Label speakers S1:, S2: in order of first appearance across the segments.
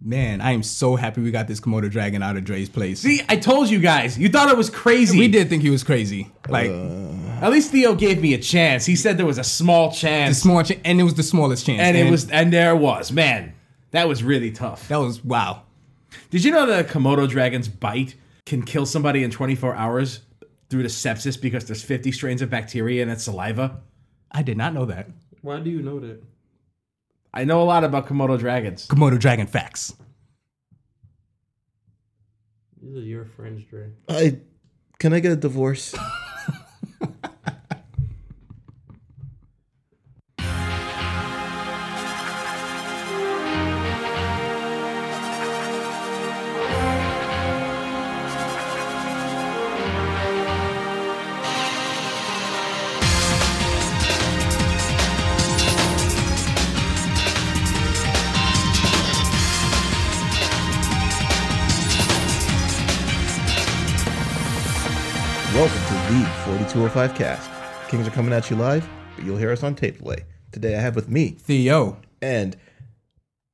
S1: Man, I am so happy we got this Komodo dragon out of Dre's place.
S2: See, I told you guys. You thought it was crazy.
S1: we did think he was crazy. Like
S2: At least Theo gave me a chance. He said there was a small
S1: the
S2: chance,
S1: small ch- and it was the smallest chance.
S2: and it was, and there was. Man, that was really tough.
S1: that was wow.
S2: Did you know that a Komodo dragon's bite can kill somebody in 24 hours through to sepsis because there's 50 strains of bacteria in its saliva?
S1: I did not know that.
S3: Why do you know that?
S2: I know a lot about Komodo dragons.
S1: Komodo dragon facts.
S3: These are your friends, Dre.
S4: I can I get a divorce? Welcome to the 4205 cast. Kings are coming at you live, but you'll hear us on tape delay. Today I have with me
S1: Theo,
S4: and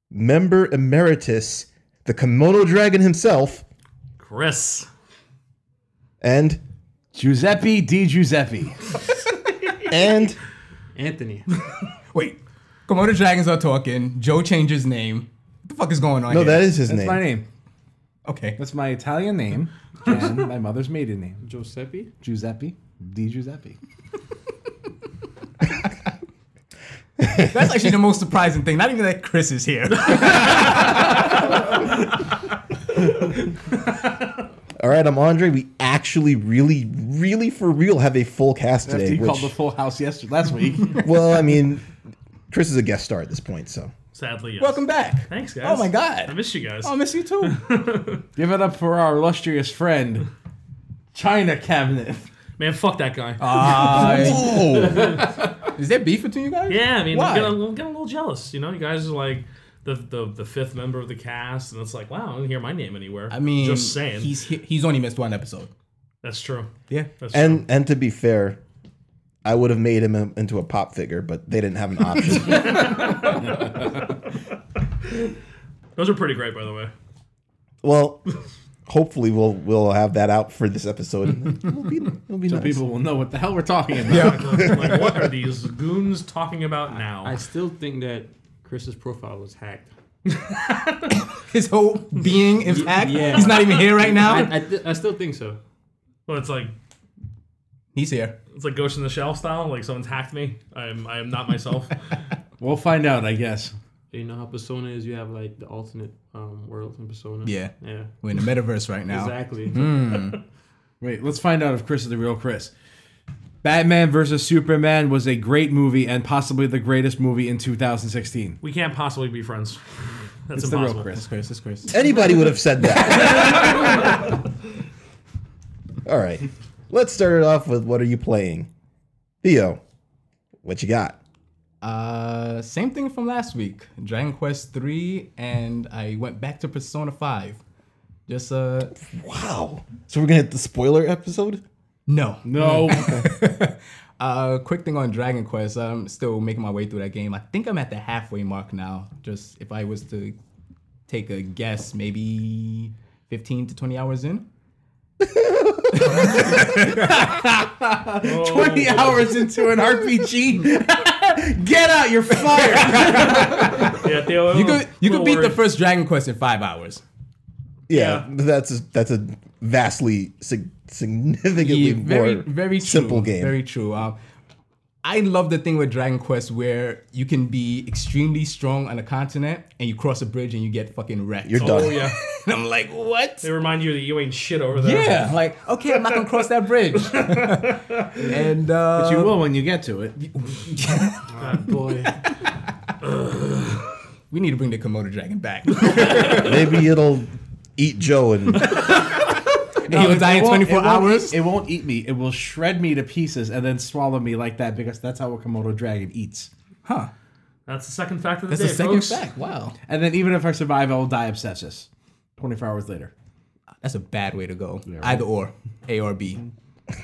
S4: member emeritus, the Komodo Dragon himself,
S5: Chris.
S4: and
S2: Giuseppe Di Giuseppe.
S4: and
S3: Anthony.
S1: wait. Komodo dragons are talking. Joe changed his name. What the fuck is going on?
S4: no,
S1: here?
S4: that is his
S2: That's
S4: name.
S2: my name.
S1: okay.
S2: That's my Italian name and my mother's maiden name,
S3: Giuseppe?
S2: Giuseppe Di Giuseppe.
S1: That's actually the most surprising thing. Not even that Chris is here.
S4: All right, I'm Andre. We actually, really, really for real have a full cast
S2: After
S4: today.
S2: you called the
S4: Which,
S2: full house yesterday, last week.
S4: well, I mean, Chris is a guest star at this point, so
S5: Sadly, yes.
S1: Welcome back.
S5: Thanks, guys.
S1: Oh my
S5: I
S1: god. Oh,
S5: miss you guys.
S1: I miss you too.
S2: Give it up for our illustrious friend, China Cabinet.
S5: Man, fuck that guy.
S1: Uh, Is there beef between you guys?
S5: yeah, I mean,
S1: why?
S5: I'm getting, a little, getting a little jealous. You know, you guys are like the, the the fifth member of the cast, and it's like, wow, I didn't hear my name anywhere.
S1: I mean,
S5: just saying.
S1: He's he's only missed one episode.
S5: That's true.
S1: Yeah.
S5: That's true.
S4: and and to be fair, I would have made him a- into a pop figure, but they didn't have an option.
S5: Those are pretty great, by the way.
S4: well, hopefully we'll we'll have that out for this episode. It'll be, it'll be
S2: So
S4: nice.
S2: people will know what the hell we're talking about.
S5: like, what are these goons talking about now?
S3: I still think that Chris's profile was hacked.
S1: His whole being is hacked.
S3: yeah.
S1: He's not even here right now.
S3: I, I, th- I still think so.
S5: well, it's like
S1: He's here.
S5: it's like Ghost in the Shell style. Like someone's hacked me. I'm I am not myself.
S2: We'll find out, I guess.
S3: You know how Persona is? You have like the alternate um, world in Persona.
S1: Yeah.
S3: Yeah. Hmm.
S1: We're in the metaverse right now.
S3: Exactly.
S2: Wait, let's find out if Chris is the real Chris. Batman versus Superman was a great movie and possibly the greatest movie in 2016.
S5: we can't possibly be friends. That's
S2: It's the real
S5: impossible.
S2: Chris.
S1: It's Chris. It's Chris.
S4: Anybody would have said that. All right, let's start it off with what are you playing, Theo? What you got?
S1: Uh, same thing from last week. Dragon Quest three, and I went back to Persona five. Just uh,
S4: Wow. So we're gonna hit the spoiler episode.
S1: no.
S2: No.
S1: Uh, quick thing on Dragon Quest. I'm still making my way through that game. I think I'm at the halfway mark now. Just if I was to take a guess, maybe 15 to 20 hours in.
S2: 20 hours into an RPG. Get out, you're fired.
S5: Yeah, Theo,
S1: You could you could beat the
S5: forward.
S1: first Dragon Quest in five hours.
S4: Yeah,
S5: Yeah.
S4: that's a, that's a vastly sig- significantly
S1: Yeah, very
S4: more
S1: very true,
S4: simple game.
S1: Very true. Um, I love the thing with Dragon Quest where you can be extremely strong on a continent and you cross a bridge and you get fucking wrecked.
S4: You're done.
S5: Oh yeah,
S1: and I'm like, what?
S5: they remind you that you ain't shit over there.
S1: Yeah, I'm like, okay, I'm not gonna cross that bridge. and uh,
S2: But you will when you get to it.
S3: Boy.
S1: we need to bring the Komodo dragon back.
S4: Maybe it'll eat Joe and
S1: he will die in
S2: It won't-
S1: 24
S2: it won't
S1: hours.
S2: eat- it won't eat me. It will shred me to pieces and then swallow me like that because that's how a Komodo dragon eats.
S1: huh?
S5: That's the second fact of the
S1: That's
S5: day.
S1: a second
S5: folks.
S1: fact. Wow,
S2: And then even if I survive, I will die of sepsis. 24 hours later.
S1: that's a bad way to go. Either or, A or B.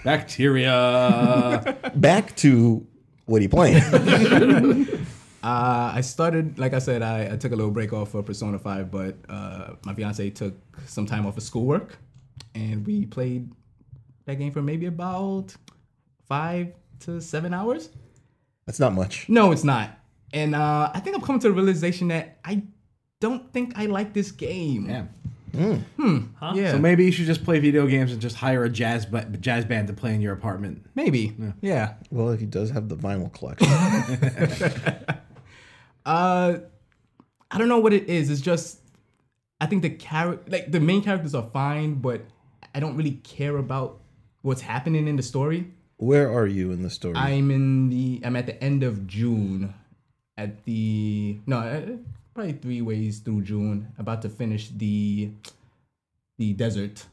S2: Bacteria.
S4: back to what are you playing?
S1: Uh, I started, like I said, I, I took a little break off for Persona 5, but uh, my fiance took some time off of schoolwork, and we played that game for maybe about five to seven hours.
S4: That's not much.
S1: No, it's not. And uh, I think I've come to the realization that I don't think I like this game.
S2: Yeah.
S1: Yeah,
S2: So maybe you should just play video games and just hire a jazz ba- jazz band to play in your apartment.
S1: maybe. yeah.
S4: Well, he does have the vinyl collection.
S1: Uh, I don't know what it is. It's just I think the character, like the main characters, are fine, but I don't really care about what's happening in the story.
S4: Where are you in the story?
S1: I'm in the I'm at the end of June, at the no uh, probably three ways through June, about to finish the the desert.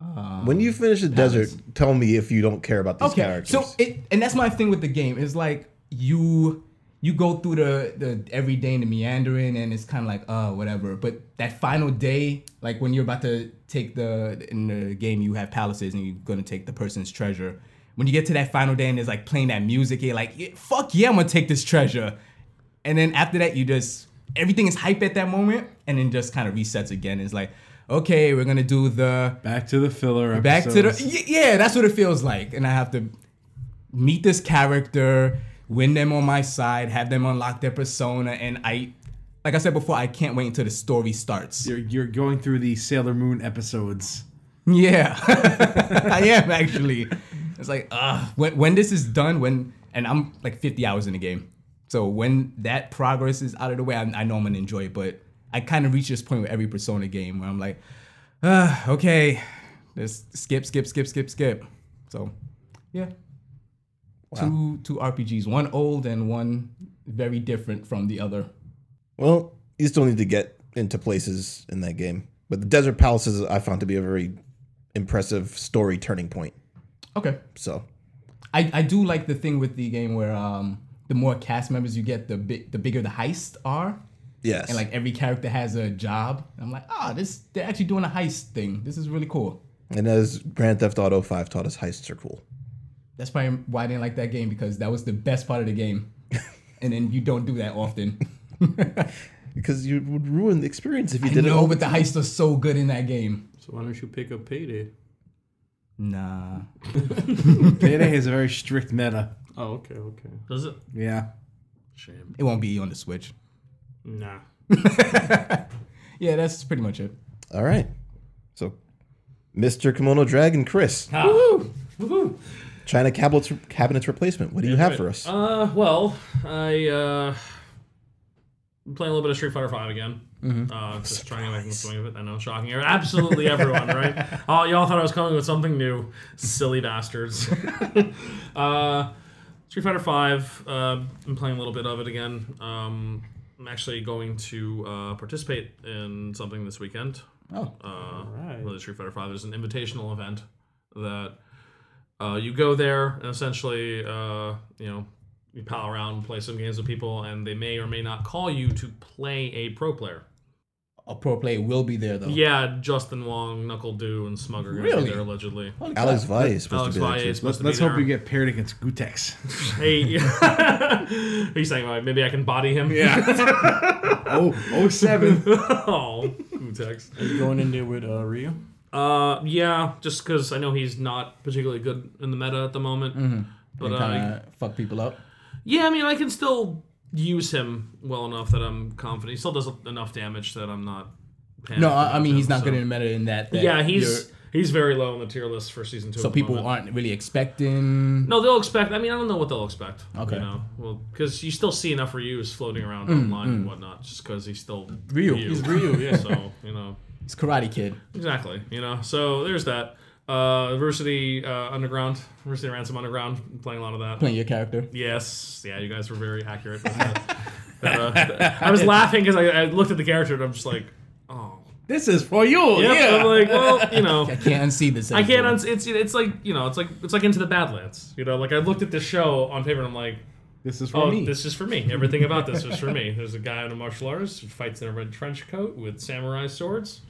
S1: Um,
S4: when you finish the desert, tell me if you don't care about these
S1: okay
S4: characters.
S1: so it and that's my thing with the game is like you you go through the the everyday and the meandering and it's kind of like uh whatever but that final day like when you're about to take the in the game you have palaces and you're gonna take the person's treasure when you get to that final day and it's like playing that music you're like "Yeah, fuck yeah i'm gonna take this treasure and then after that you just everything is hype at that moment and then just kind of resets again it's like okay we're gonna do the
S2: Back to the filler.
S1: back to the
S2: episodes.
S1: y- yeah that's what it feels like and i have to meet this character win them on my side have them unlock their persona and i like i said before i can't wait until the story starts
S2: You're, you're going through the Sailor Moon episodes.
S1: yeah i am actually it's like uh when, when this is done when and i'm like 50 hours in the game so when that progress is out of the way i, I know i'm gonna enjoy it but i kind of reach this point with every persona game where i'm like uh okay just skip skip skip skip skip so yeah two two rpgs one old and one very different from the other
S4: well, you still need to get into places in that game. But the desert palaces I found to be a very impressive story turning point.
S1: okay
S4: So
S1: I, I do like the thing with the game where um the more cast members you get, the big the bigger the heist are,
S4: yes,
S1: and like every character has a job. I'm like, ah, this they're actually doing a heist thing. This is really cool.
S4: and as Grand Theft Auto Five taught us, heists are cool.
S1: That's probably why I didn't like that game because that was the best part of the game, and then you don't do that often.
S4: Because you would ruin the experience if you
S1: I
S4: did it
S1: know,
S4: all.
S1: but the heists are so good in that game.
S5: So why don't you pick up Payday?
S1: Nah,
S2: Payday is a very strict meta.
S5: Oh, okay, okay. Does it?
S2: Yeah.
S5: Shame.
S1: it won't be on the Switch.
S5: Nah.
S1: Yeah, that's pretty much it.
S4: All right. So, Mr. Kimono Dragon, Chris,
S5: Ah. Woohoo!
S4: China cabinets, cabinets replacement. What do you have for us?
S5: Uh, well, I uh, I'm playing a little bit of Street Fighter Five again.
S4: Mm-hmm.
S5: Uh, just trying to make the swing of it. I know, shocking. Absolutely everyone, right? Oh, y'all thought I was coming with something new, silly bastards. uh, Street Fighter Five. Uh, I'm playing a little bit of it again. Um, I'm actually going to uh, participate in something this weekend.
S1: Oh.
S5: uh,
S3: Alright.
S5: really Street Fighter Five. There's an invitational event that uh, you go there and essentially uh, you know you pal around, play some games with people, and they may or may not call you to play a pro player.
S1: A pro player will be there though.
S5: Yeah, Justin Wong, Knuckle Do, and Smug are gonna
S1: Really?
S5: be there allegedly.
S4: Alex Vai is supposed
S5: Alex
S4: to be there.
S5: Valle
S4: too.
S5: is supposed
S2: Let's,
S5: to
S2: let's
S5: be
S2: hope
S5: there.
S2: we get paired against Gutex.
S5: Hey, are you saying like, maybe I can body him?
S2: Yeah. oh, oh seven.
S5: oh, who text?
S3: Are you going in there with uh, Ryu?
S5: Uh, yeah, just because I know he's not particularly good in the meta at the moment. But
S1: and
S5: uh,
S1: kind of fuck people up.
S5: Yeah, I mean, I can still use him well enough that I'm confident. He still does enough damage that I'm not. panicking
S1: No, I, I
S5: about
S1: mean
S5: him,
S1: he's not
S5: so-
S1: good in meta in that. that
S5: Yeah,
S1: you're-
S5: he's he's very low on the tier list for season two.
S1: so
S5: at the
S1: people
S5: moment.
S1: aren't really expecting.
S5: No, they'll expect. I mean, I don't know what they'll expect.
S1: Okay. Mm,
S5: You know, well, because you still see enough Ryu's floating around online and whatnot, just because he's still
S1: Ryu.
S5: Ryu.
S1: He's Ryu, yeah.
S5: so you know,
S1: It's Karate Kid.
S5: Exactly. You know, so there's that. Uh, Varsity uh, Underground, Varsity Ransom Underground, playing a lot of that.
S1: Playing your character.
S5: Yes, yeah, you guys were very accurate. With that. That, uh, that- I was laughing because I, I looked at the character and I'm just like, oh,
S2: This is for you.
S5: Yep,
S2: Oh, Yeah.
S5: I'm like, well, you know,
S1: I can't unsee this.
S5: I can't. Uns- it's it's like you know, it's like it's like into the Badlands. You know, like I looked at this show on paper and I'm like,
S2: this is for
S5: Oh,
S2: me.
S5: this is for me. Everything about this is for me. There's a guy in a martial arts who fights in a red trench coat with
S2: Mm.
S5: samurai swords,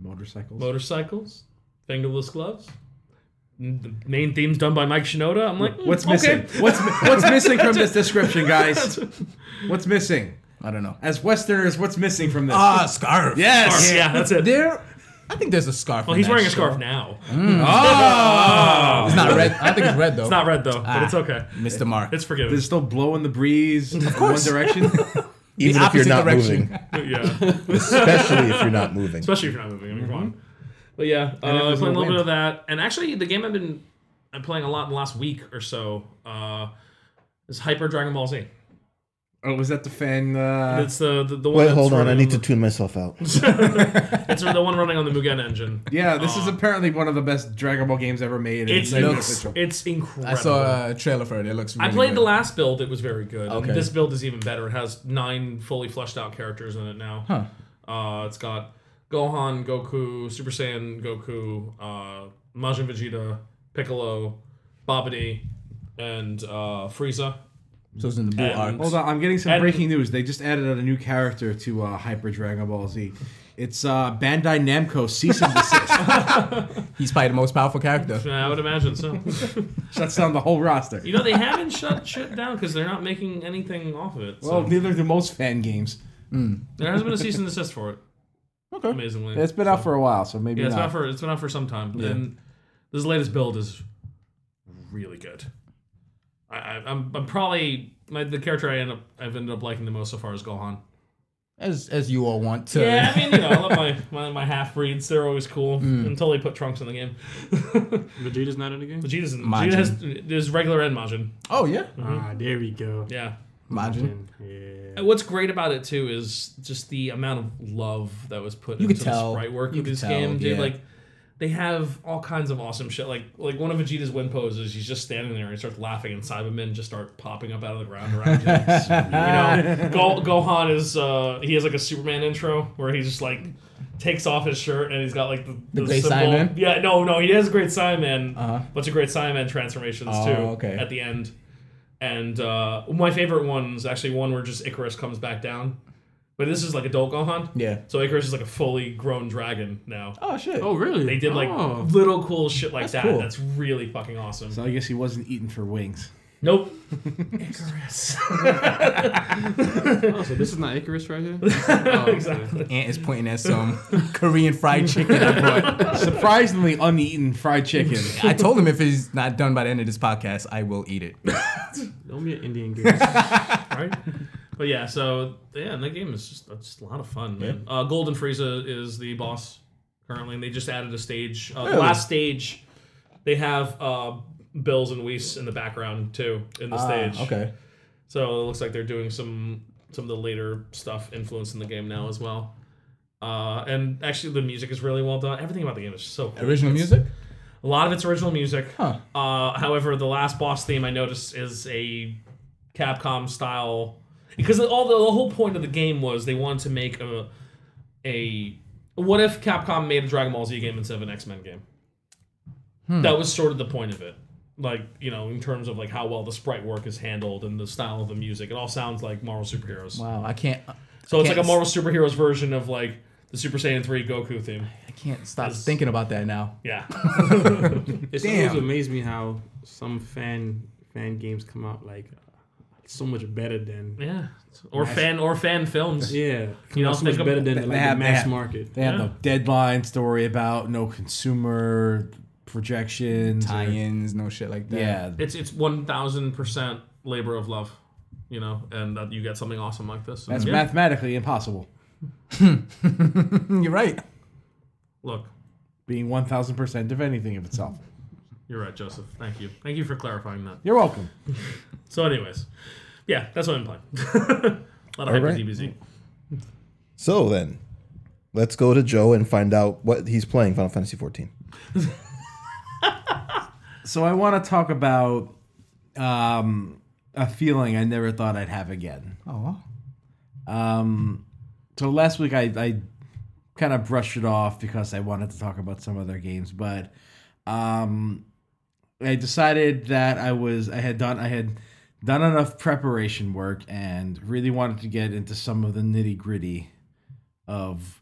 S2: Motorcycles.
S5: motorcycles, fingerless gloves, the main theme's done by Mike Shinoda. I'm like, mm,
S2: What's
S5: okay.
S2: missing? What's what's missing from this description, guys? What's missing?
S1: I don't know.
S2: As Westerners, what's missing from this?
S1: Ah, scarf.
S2: yes.
S5: Scarf, yeah, that's it.
S1: There, I think there's a scarf.
S5: well,
S1: in
S5: Oh, he's
S1: that
S5: wearing a
S1: show.
S5: scarf now.
S2: Mm. Oh,
S1: It's not red. I think it's red though.
S5: It's not red though,
S2: Ah.
S5: but it's okay.
S1: Mr. Mark.
S5: It's forgiven.
S2: they're still blowing the breeze in one direction.
S4: Even if you're
S1: opposite
S4: not
S1: direction.
S4: moving,
S5: yeah,
S4: especially if you're not moving.
S5: especially if you're not moving. I mean, come on. Mm-hmm. But yeah, uh, playing a
S2: there's no
S5: little bit
S2: wind.
S5: of that, and actually, the game I've been I'm playing a lot in the last week or so uh, is Hyper Dragon Ball Z.
S2: oh, was that the fan? Uh,
S5: It's the the, the one.
S4: Wait,
S5: that's
S4: hold on. I
S5: running
S4: need to
S5: on
S4: tune myself out.
S5: the- It's the one running on the Mugen engine.
S2: yeah, this is apparently one of the best Dragon Ball games ever made. and
S5: It's
S2: like
S5: it's,
S2: official.
S5: it's incredible.
S1: I saw a trailer for it. It looks.
S5: I
S1: Really
S5: played
S1: good.
S5: the last build; it was very good. And
S1: Okay.
S5: This build is even better. It has nine fully fleshed out characters in it now. Uh, it's got Gohan, Goku, Super Saiyan, Goku, uh, Majin Vegeta, Piccolo, Babidi, and uh, Frieza.
S1: So it's in the blue
S5: And-
S1: arc.
S2: Hold on, I'm getting some
S5: And-
S2: breaking news. They just added a new character to uh, Hyper Dragon Ball Z. It's uh, Bandai Namco cease and desist.
S1: He's probably the most powerful character.
S5: Yeah, I would imagine so.
S2: Shuts down the whole roster.
S5: you know they haven't shut shit down because they're not making anything off of it. So
S2: Well, neither do most fan games.
S5: there hasn't been a cease and desist for it. Okay. Amazingly,
S2: It's been out for a while, so maybe
S5: Yeah, it's been
S2: not.
S5: out for it's been out for some time. And this latest build is really good. I, I, I'm I'm probably my, the character I end up I've ended up liking the most so far is Gohan.
S1: As as you all want to.
S5: Yeah, I mean you know I love my my, my half breeds. They're always cool until they put Trunks in the game.
S3: Vegeta's not in the game.
S5: Vegeta's in,
S1: Majin.
S5: Vegeta has there's regular and Majin.
S1: Oh yeah.
S3: Ah, there we go.
S5: Yeah.
S1: Imagine.
S3: Yeah. Mm-hmm.
S5: And what's great about it too is just the amount of love that was put
S1: You could
S5: into
S1: tell.
S5: the sprite work
S1: You
S5: of
S1: could
S5: this
S1: tell,
S5: game. Dude,
S1: yeah.
S5: like they have all kinds of awesome shit. Like like one of Vegeta's win poses, he's just standing there and he starts laughing, and Cybermen just start popping up out of the ground around him. It's- you know, Go- Gohan is uh, he has like a Superman intro where he's just like takes off his shirt and he's got like the, the,
S1: Great
S5: symbol.
S1: Saiyaman?
S5: Yeah, no, no, he has a Great Saiyaman, bunch of Great Saiyaman transformations
S1: Oh,
S5: too
S1: okay.
S5: at the end. And uh, my favorite one is actually one where just Icarus comes back down. But this is like adult Gohan.
S1: Yeah.
S5: So Icarus is like a fully grown dragon now.
S1: Oh shit.
S3: Oh really?
S5: They did like
S3: Oh.
S5: little cool shit like that.
S1: cool.
S5: That's really fucking awesome.
S2: So I guess he wasn't eating for wings.
S5: Nope. Icarus.
S3: Oh, so this is not Icarus right here. Oh, okay.
S5: exactly.
S1: Ant is pointing at some Korean fried chicken. I bought.
S2: Surprisingly uneaten fried chicken.
S1: I told him if he's not done by the end of this podcast, I will eat it.
S3: Don't be an Indian girl.
S5: right? But yeah, so yeah, and that game is just, it's just a lot of fun, man. Uh, Golden Frieza is the boss currently, and they just added a stage. Uh, the last stage, they have uh, Bills and Weiss in the background too in the stage.
S1: Ah, Okay.
S5: So it looks like they're doing some some of the later stuff influencing the game now as well. Uh, and actually, the music is really well done. Everything about the game is so cool.
S1: Original music?
S5: A lot of it's original music.
S1: Huh.
S5: Uh, however, the last boss theme I noticed is a Capcom style because all the, the whole point of the game was they wanted to make a a what if Capcom made a Dragon Ball Z game instead of an X Men game?
S1: Hmm.
S5: That was sort of the point of it. Like you know, in terms of like how well the sprite work is handled and the style of the music, it all sounds like Marvel superheroes.
S1: Wow, I can't
S5: so it's like a
S1: Yes.
S5: Marvel superheroes version of like the Super Saiyan three Goku theme.
S1: I can't stop thinking about that now.
S5: Yeah,
S3: It's
S1: Damn.
S3: always amazed me how some fan fan games come out like so much better than
S5: yeah. Or fan or fan films.
S3: yeah, come
S5: You know,
S3: out so much
S5: think of-
S3: better than
S2: They
S3: like,
S2: have-
S3: the
S2: they
S3: mass
S2: have-
S3: market.
S2: They had
S5: Yeah.
S2: no deadlines to worry about, no consumer projections. or-
S1: Tie-ins, no shit like that.
S2: Yeah.
S5: it's it's one thousand percent labor of love, you know, and that you get something awesome like this. And
S2: That's
S5: yeah,
S2: mathematically impossible.
S1: Hmm, You're right.
S5: Look,
S2: Being 1000% of anything of itself.
S5: you're right, Joseph. Thank you, thank you for clarifying that.
S2: You're welcome.
S5: So, anyways, yeah, that's what I'm playing. A lot of hyper
S4: right.
S5: DBZ.
S4: So then, let's go to Joe and find out what he's playing Final Fantasy 14.
S2: So I want to talk about um, a feeling I never thought I'd have again.
S1: Oh.
S2: Um, so last week I, I kind of brushed it off because I wanted to talk about some other games, but um, I decided that I was I had done I had done enough preparation work and really wanted to get into some of the nitty gritty of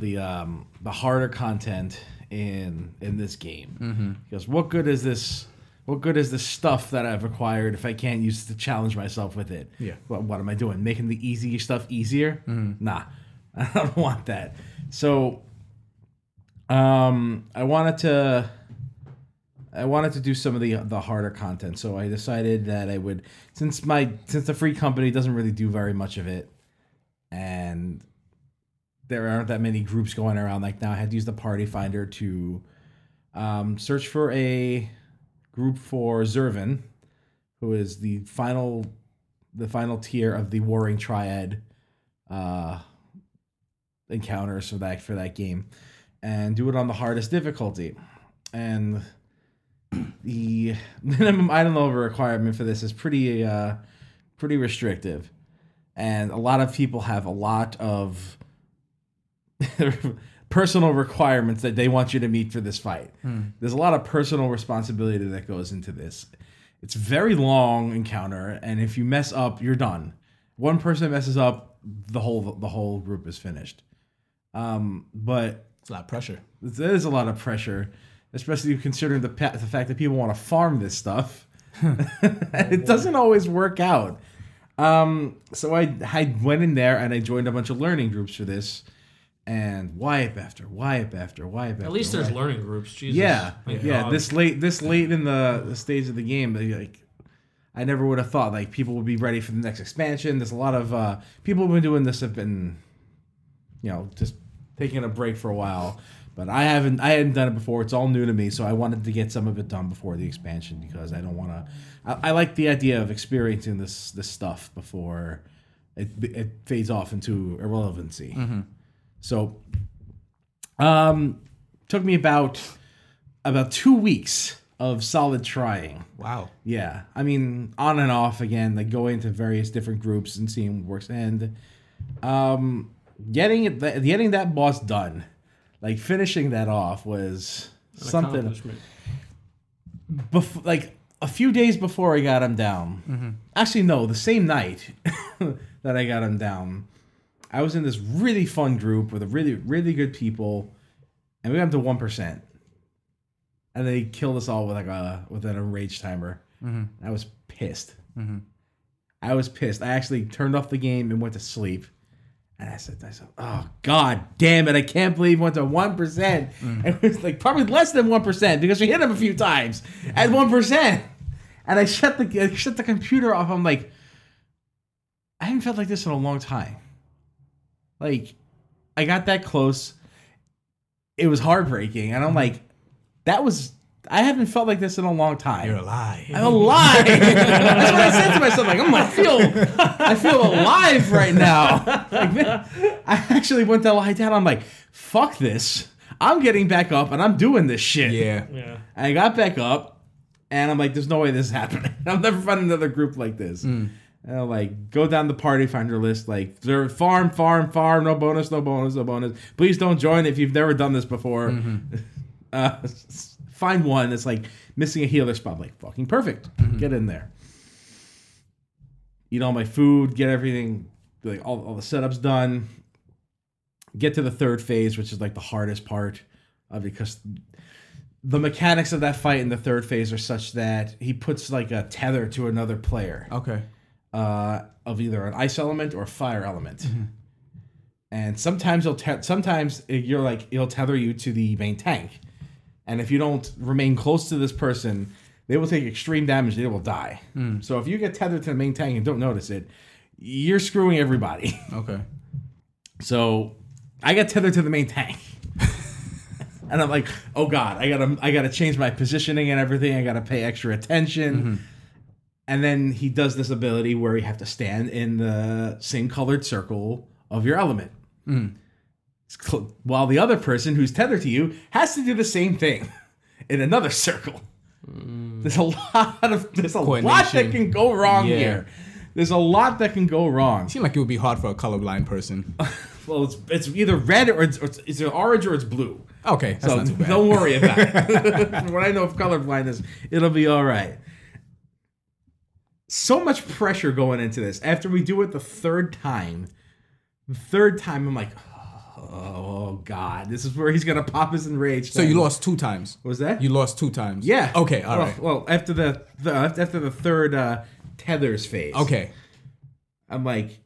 S2: the um, the harder content in in this game. Because what good is this? What good is this stuff that I've acquired if I can't use it to challenge myself with it?
S1: Yeah.
S2: What, what am I doing? Making the easy stuff easier? Nah, I don't want that. So, um, I wanted to. I wanted to do some of the the harder content, so I decided that I would since my since the free company doesn't really do very much of it, and there aren't that many groups going around like now. I had to use the party finder to um, search for a group for Zervin, who is the final the final tier of the Warring Triad uh, encounters for that for that game, and do it on the hardest difficulty, and the minimum item level requirement for this is pretty uh, pretty restrictive, and a lot of people have a lot of personal requirements that they want you to meet for this fight. There's a lot of personal responsibility that goes into this. It's very long encounter, and if you mess up, you're done. One person messes up, the whole the whole group is finished. Um, but
S1: It's a lot of pressure.
S2: there is a lot of pressure, especially considering the, pa- the fact that people want to farm this stuff. it doesn't always work out. Um, so I, I went in there and I joined a bunch of learning groups for this, and YIP after YIP after YIP after.
S5: At least there's learning groups. Jesus.
S2: yeah,
S5: Thank
S2: yeah.
S5: God.
S2: This late, this late in the, the stage of the game, they, like I never would have thought like people would be ready for the next expansion. There's a lot of uh, people who've been doing this have been you know, just taking a break for a while. But I haven't I hadn't done it before. It's all new to me, so I wanted to get some of it done before the expansion because I don't want to. I, I like the idea of experiencing this this stuff before it it fades off into irrelevancy.
S5: Mm-hmm.
S2: So, um, took me about about two weeks of solid trying.
S1: Wow.
S2: Yeah, I mean, on and off again, like going to various different groups and seeing what works. And um, getting it, th- getting that boss done, like finishing that off was something.
S3: Accomplishment.
S2: Bef- like a few days before I got him down. Actually, no, the same night that I got him down, I was in this really fun group with a really really good people, and we got him to one percent, and they killed us all with like a with an enrage timer. I was pissed. I was pissed. I actually turned off the game and went to sleep. And I said to myself, oh, god damn it. I can't believe we went to 1%. And it was like probably less than 1% because we hit him a few times at 1%. And I shut the, I shut the computer off. I'm like, I haven't felt like this in a long time. Like, I got that close. It was heartbreaking. And I'm like, that was, I haven't felt like this in a long time.
S1: You're alive.
S2: I'm alive. That's what I said to myself. Like I'm like feel, I feel alive right now. Like, man, I actually went to lie down. I'm like, fuck this. I'm getting back up and I'm doing this shit.
S1: Yeah.
S5: Yeah.
S2: I got back up and I'm like, there's no way this is happening. I'll never find another group like this. And I'm like, go down the party finder list, like there- farm, farm, farm, no bonus, no bonus, no bonus. Please don't join if you've never done this before. Uh, find one that's like missing a healer spot. I'm like, fucking perfect. Get in there. Eat all my food, get everything, like all, all the setups done. Get to the third phase, which is like the hardest part uh, because the mechanics of that fight in the third phase are such that he puts like a tether to another player
S1: Okay.
S2: uh, of either an ice element or fire element. And sometimes he'll te- sometimes you're like he'll tether you to the main tank, and if you don't remain close to this person, they will take extreme damage. They will die. So if you get tethered to the main tank and don't notice it, you're screwing everybody.
S1: Okay.
S2: So I got tethered to the main tank. and I'm like, oh God, I gotta I gotta change my positioning and everything. I gotta pay extra attention.
S1: Mm-hmm.
S2: And then he does this ability where you have to stand in the same colored circle of your element.
S1: Mm.
S2: It's cl- While the other person who's tethered to you has to do the same thing in another circle. There's a lot of there's a lot that
S1: Mm. Coordination.
S2: can go wrong
S1: Yeah.
S2: here. There's a lot that can go wrong.
S1: Seemed like it would be hard for a colorblind person.
S2: Well, it's, it's either red or it's, or it's, it's orange or it's blue.
S1: Okay, that's
S2: So
S1: not too bad.
S2: don't worry about it. From what I know of colorblindness, it'll be all right. So much pressure going into this. After we do it the third time, the third time, I'm like, oh god, this is where he's gonna pop his enrage.
S1: So you lost two times.
S2: Was that
S1: You lost two times.
S2: Yeah.
S1: Okay. All
S2: well,
S1: right.
S2: Well, after the, the after the third uh, tethers phase,
S1: Okay.
S2: I'm like,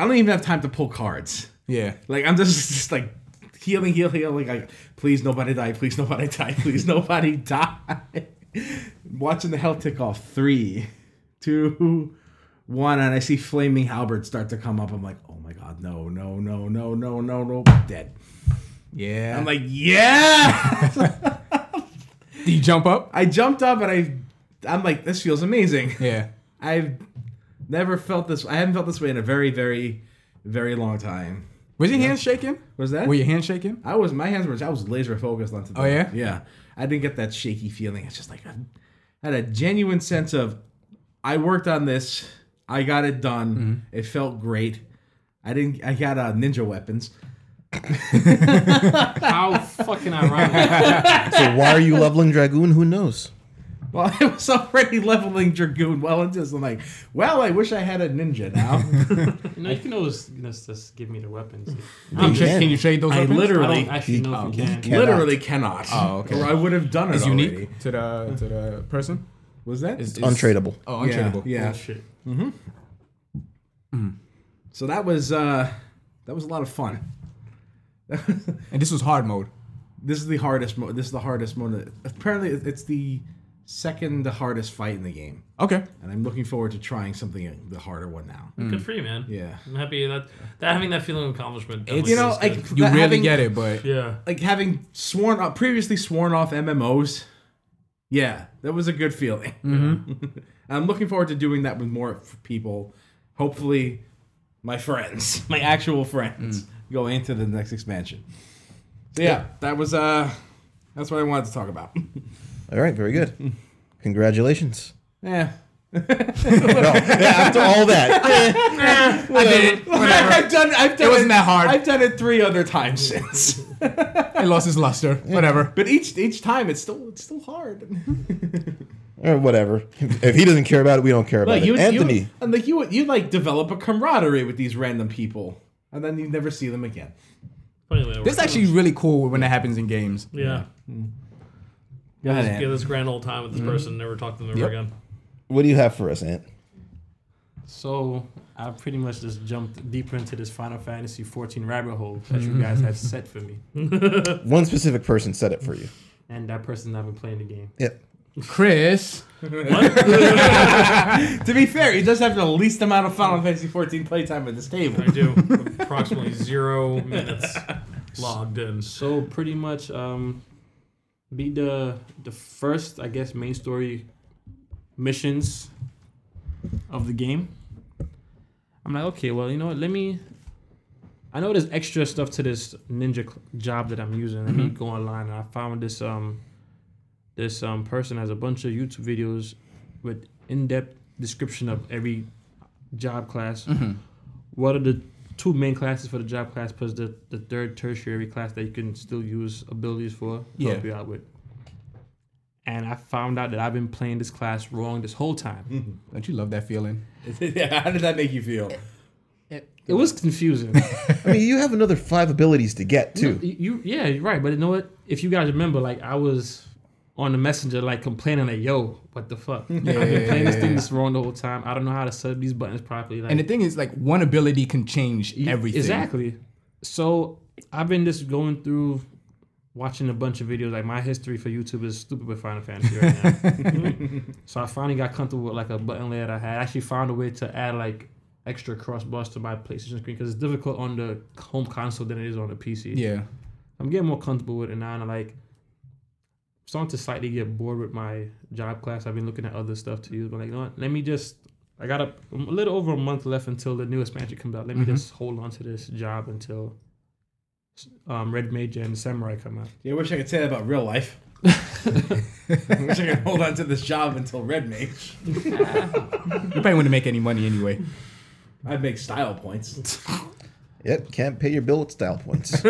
S2: I don't even have time to pull cards.
S1: Yeah.
S2: Like I'm just just like healing, heal, healing. Like please nobody die, please nobody die, please nobody die. Watching the hell tick off three, two, one, and I see flaming halberds start to come up. I'm like, oh my god, no, no, no, no, no, no, no, dead.
S1: Yeah.
S2: I'm like, yeah.
S1: do you jump up?
S2: I jumped up and I, I'm like, this feels amazing.
S1: Yeah.
S2: I've never felt this. I haven't felt this way in a very, very, very long time.
S1: Was your hands shaking?
S2: Was that?
S1: Were your hands shaking?
S2: I was. My hands were. I was laser focused on today.
S1: Oh, yeah?
S2: Yeah. I didn't get that shaky feeling. It's just like I had a genuine sense of I worked on this. I got it done.
S1: Mm-hmm.
S2: It felt great. I didn't. I got uh, ninja weapons.
S5: How fucking ironic.
S4: So why are you leveling Dragoon? Who knows?
S2: Well, I was already leveling Dragoon well into this. I'm like, well, I wish I had a ninja now.
S5: No, you can always just, just give me the weapons.
S1: Can you,
S4: They
S1: shade,
S4: can.
S1: can you shade those?
S2: I
S1: weapons?
S5: I
S2: literally,
S5: don't actually know if you can.
S4: Cannot.
S2: literally cannot.
S1: Oh, okay.
S2: Or I would have done it.
S1: It's
S2: already.
S1: unique to the to the person.
S2: Was that?
S1: It's, it's-
S4: Untradeable.
S1: Oh, untradeable.
S2: Yeah. yeah.
S5: Bullshit.
S2: So that was uh that was a lot of fun.
S1: And this was hard mode.
S2: This is the hardest mode. This is the hardest mode. Apparently, it- it's the second the hardest fight in the game,
S1: Okay.
S2: and I'm looking forward to trying something the harder one now.
S5: Good for you, man.
S2: Yeah.
S5: I'm happy that that having that feeling of accomplishment.
S1: It's-
S5: definitely
S2: You know,
S5: feels
S2: like
S5: good.
S1: You
S2: that
S1: really
S2: having-
S1: get it, but
S5: yeah.
S2: Like having sworn up previously sworn off MMOs. Yeah, that was a good feeling. I'm looking forward to doing that with more f- people. Hopefully, my friends, my actual friends, go into the next expansion. So Mm. yeah, that was uh, that's what I wanted to talk about.
S4: All right, very good. Congratulations.
S2: Yeah.
S4: Well, after all that,
S1: I did it. Whatever.
S2: I've done. I've done. It
S1: wasn't that hard.
S2: I've done it three other times since.
S1: It lost its luster. Whatever.
S2: But each each time, it's still it's still hard.
S4: or whatever. If he doesn't care about it, we don't care about
S2: Like
S4: it.
S2: you,
S4: Anthony,
S2: you, and like you, you like develop a camaraderie with these random people, and then you never see them again.
S5: Funny way to
S1: This is
S5: work it.
S1: actually really cool when it happens in games.
S5: Yeah.
S2: Go ahead,
S5: Give this grand old time with
S2: Mm-hmm.
S5: this person, never talk to them ever
S4: Yep.
S5: again.
S4: what do you have for us, Ant?
S3: So I pretty much just jumped deeper into this Final Fantasy 14 rabbit hole that you guys had set for me,
S4: One specific person said it for you.
S3: and that person's not been playing the game.
S4: Yep.
S1: Chris,
S2: To be fair, he does have the least amount of Final Fantasy 14 playtime at this table.
S5: I do approximately zero minutes logged in.
S3: So pretty much, um, be the the first, I guess, main story missions of the game. I'm like, okay, well, you know what? Let me. I know there's extra stuff to this ninja cl- job that I'm using. Let me go online and I found this um, this um person has a bunch of YouTube videos with in-depth description of every job class. What are the two main classes for the job class plus the, the third tertiary class that you can still use abilities for to help
S1: Yeah.
S3: you out with. And I found out that I've been playing this class wrong this whole time.
S1: don't you love that feeling?
S2: yeah, how did that make you feel?
S3: It was confusing.
S4: I mean, you have another five abilities to get too.
S3: You, you- yeah, you're right. But you know what? If you guys remember, like I was on the messenger, like complaining, like, "Yo, what the fuck? I've been playing this thing that's wrong the whole time. I don't know how to set up these buttons properly." Like,
S1: And the thing is, like, one ability can change
S3: you-
S1: everything.
S3: Exactly. So I've been just going through, watching a bunch of videos. Like my history for YouTube is stupid with Final Fantasy right now. so I finally got comfortable with like a button layer that I had. I actually found a way to add like extra crossbars to my PlayStation screen because it's difficult on the home console than it is on the PC.
S1: Yeah.
S3: I'm getting more comfortable with it now, and I'm like starting to slightly get bored with my job class. I've been looking at other stuff to use, but like, you know what? Let me just. I got a, a little over a month left until the new expansion comes out. Let me just hold on to this job until um, Red Mage and Samurai come out.
S2: Yeah, I wish I could say that about real life. I wish I could hold on to this job until Red Mage.
S1: You probably wouldn't make any money anyway.
S2: I'd make style points.
S4: Yep. Can't pay your bill with style points.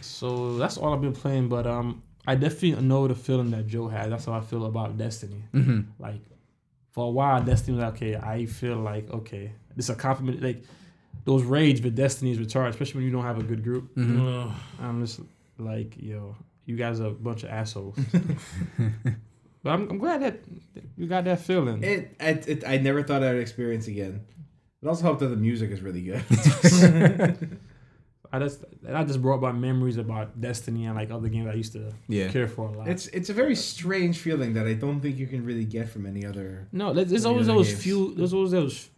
S3: So that's all I've been playing, but um, I definitely know the feeling that Joe has. That's how I feel about Destiny.
S1: Mm-hmm.
S3: Like for a while, Destiny was like, okay. I feel like okay, this is a compliment. Like those raids with Destiny's retarded, especially when you don't have a good group.
S5: Ugh.
S3: I'm just like, yo, you guys are a bunch of assholes. but I'm, I'm glad that you got that feeling.
S2: It, it, it, I never thought I would experience again. It also helped that the music is really good.
S3: I just I just brought back memories about Destiny and like other games I used to
S1: Yeah.
S3: care for a lot.
S2: it's it's a very strange feeling that I don't think you can really get from any other
S3: no, there's there's
S2: Any
S3: always
S2: other
S3: those
S2: games.
S3: few. There's always those.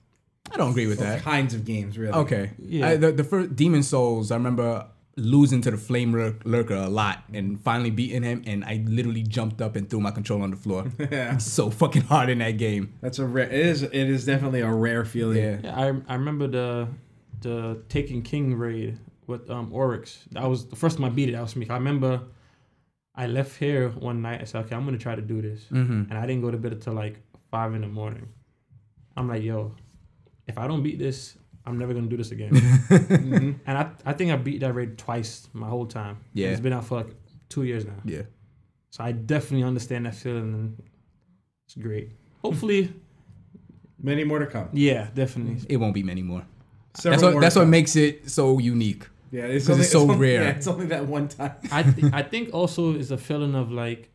S1: I don't agree with that.
S2: kinds of games. Really,
S1: Okay.
S3: Yeah.
S1: I, the, the first Demon Souls, I remember losing to the Flame Lur- Lurker a lot and finally beating him, and I literally jumped up and threw my controller on the floor.
S2: Yeah.
S1: so fucking hard in that game.
S2: that's a rare. It is it is definitely a rare feeling.
S1: Yeah.
S3: Yeah, I, I remember the the Taken King raid with um Oryx. That was the first time I beat it. That was me. I remember I left here one night. I said, okay, I'm gonna try to do this,
S1: Mm-hmm.
S3: and I didn't go to bed until like five in the morning. I'm like, yo, if I don't beat this, I'm never gonna do this again.
S2: Mhm.
S3: and I I think I beat that raid twice my whole time.
S1: Yeah.
S3: it's been out for like two years now.
S1: Yeah.
S3: So I definitely understand that feeling. and It's great. Hopefully,
S2: Many more to come.
S3: yeah, definitely.
S1: It won't be many more.
S2: Several
S1: that's what
S2: more
S1: that's
S2: to
S1: what
S2: come.
S1: makes it so unique.
S2: Yeah, it's
S1: 'Cause
S2: only,
S1: it's so
S2: only-
S1: rare.
S2: Yeah, it's only that one time.
S3: I th- I think also is a feeling of like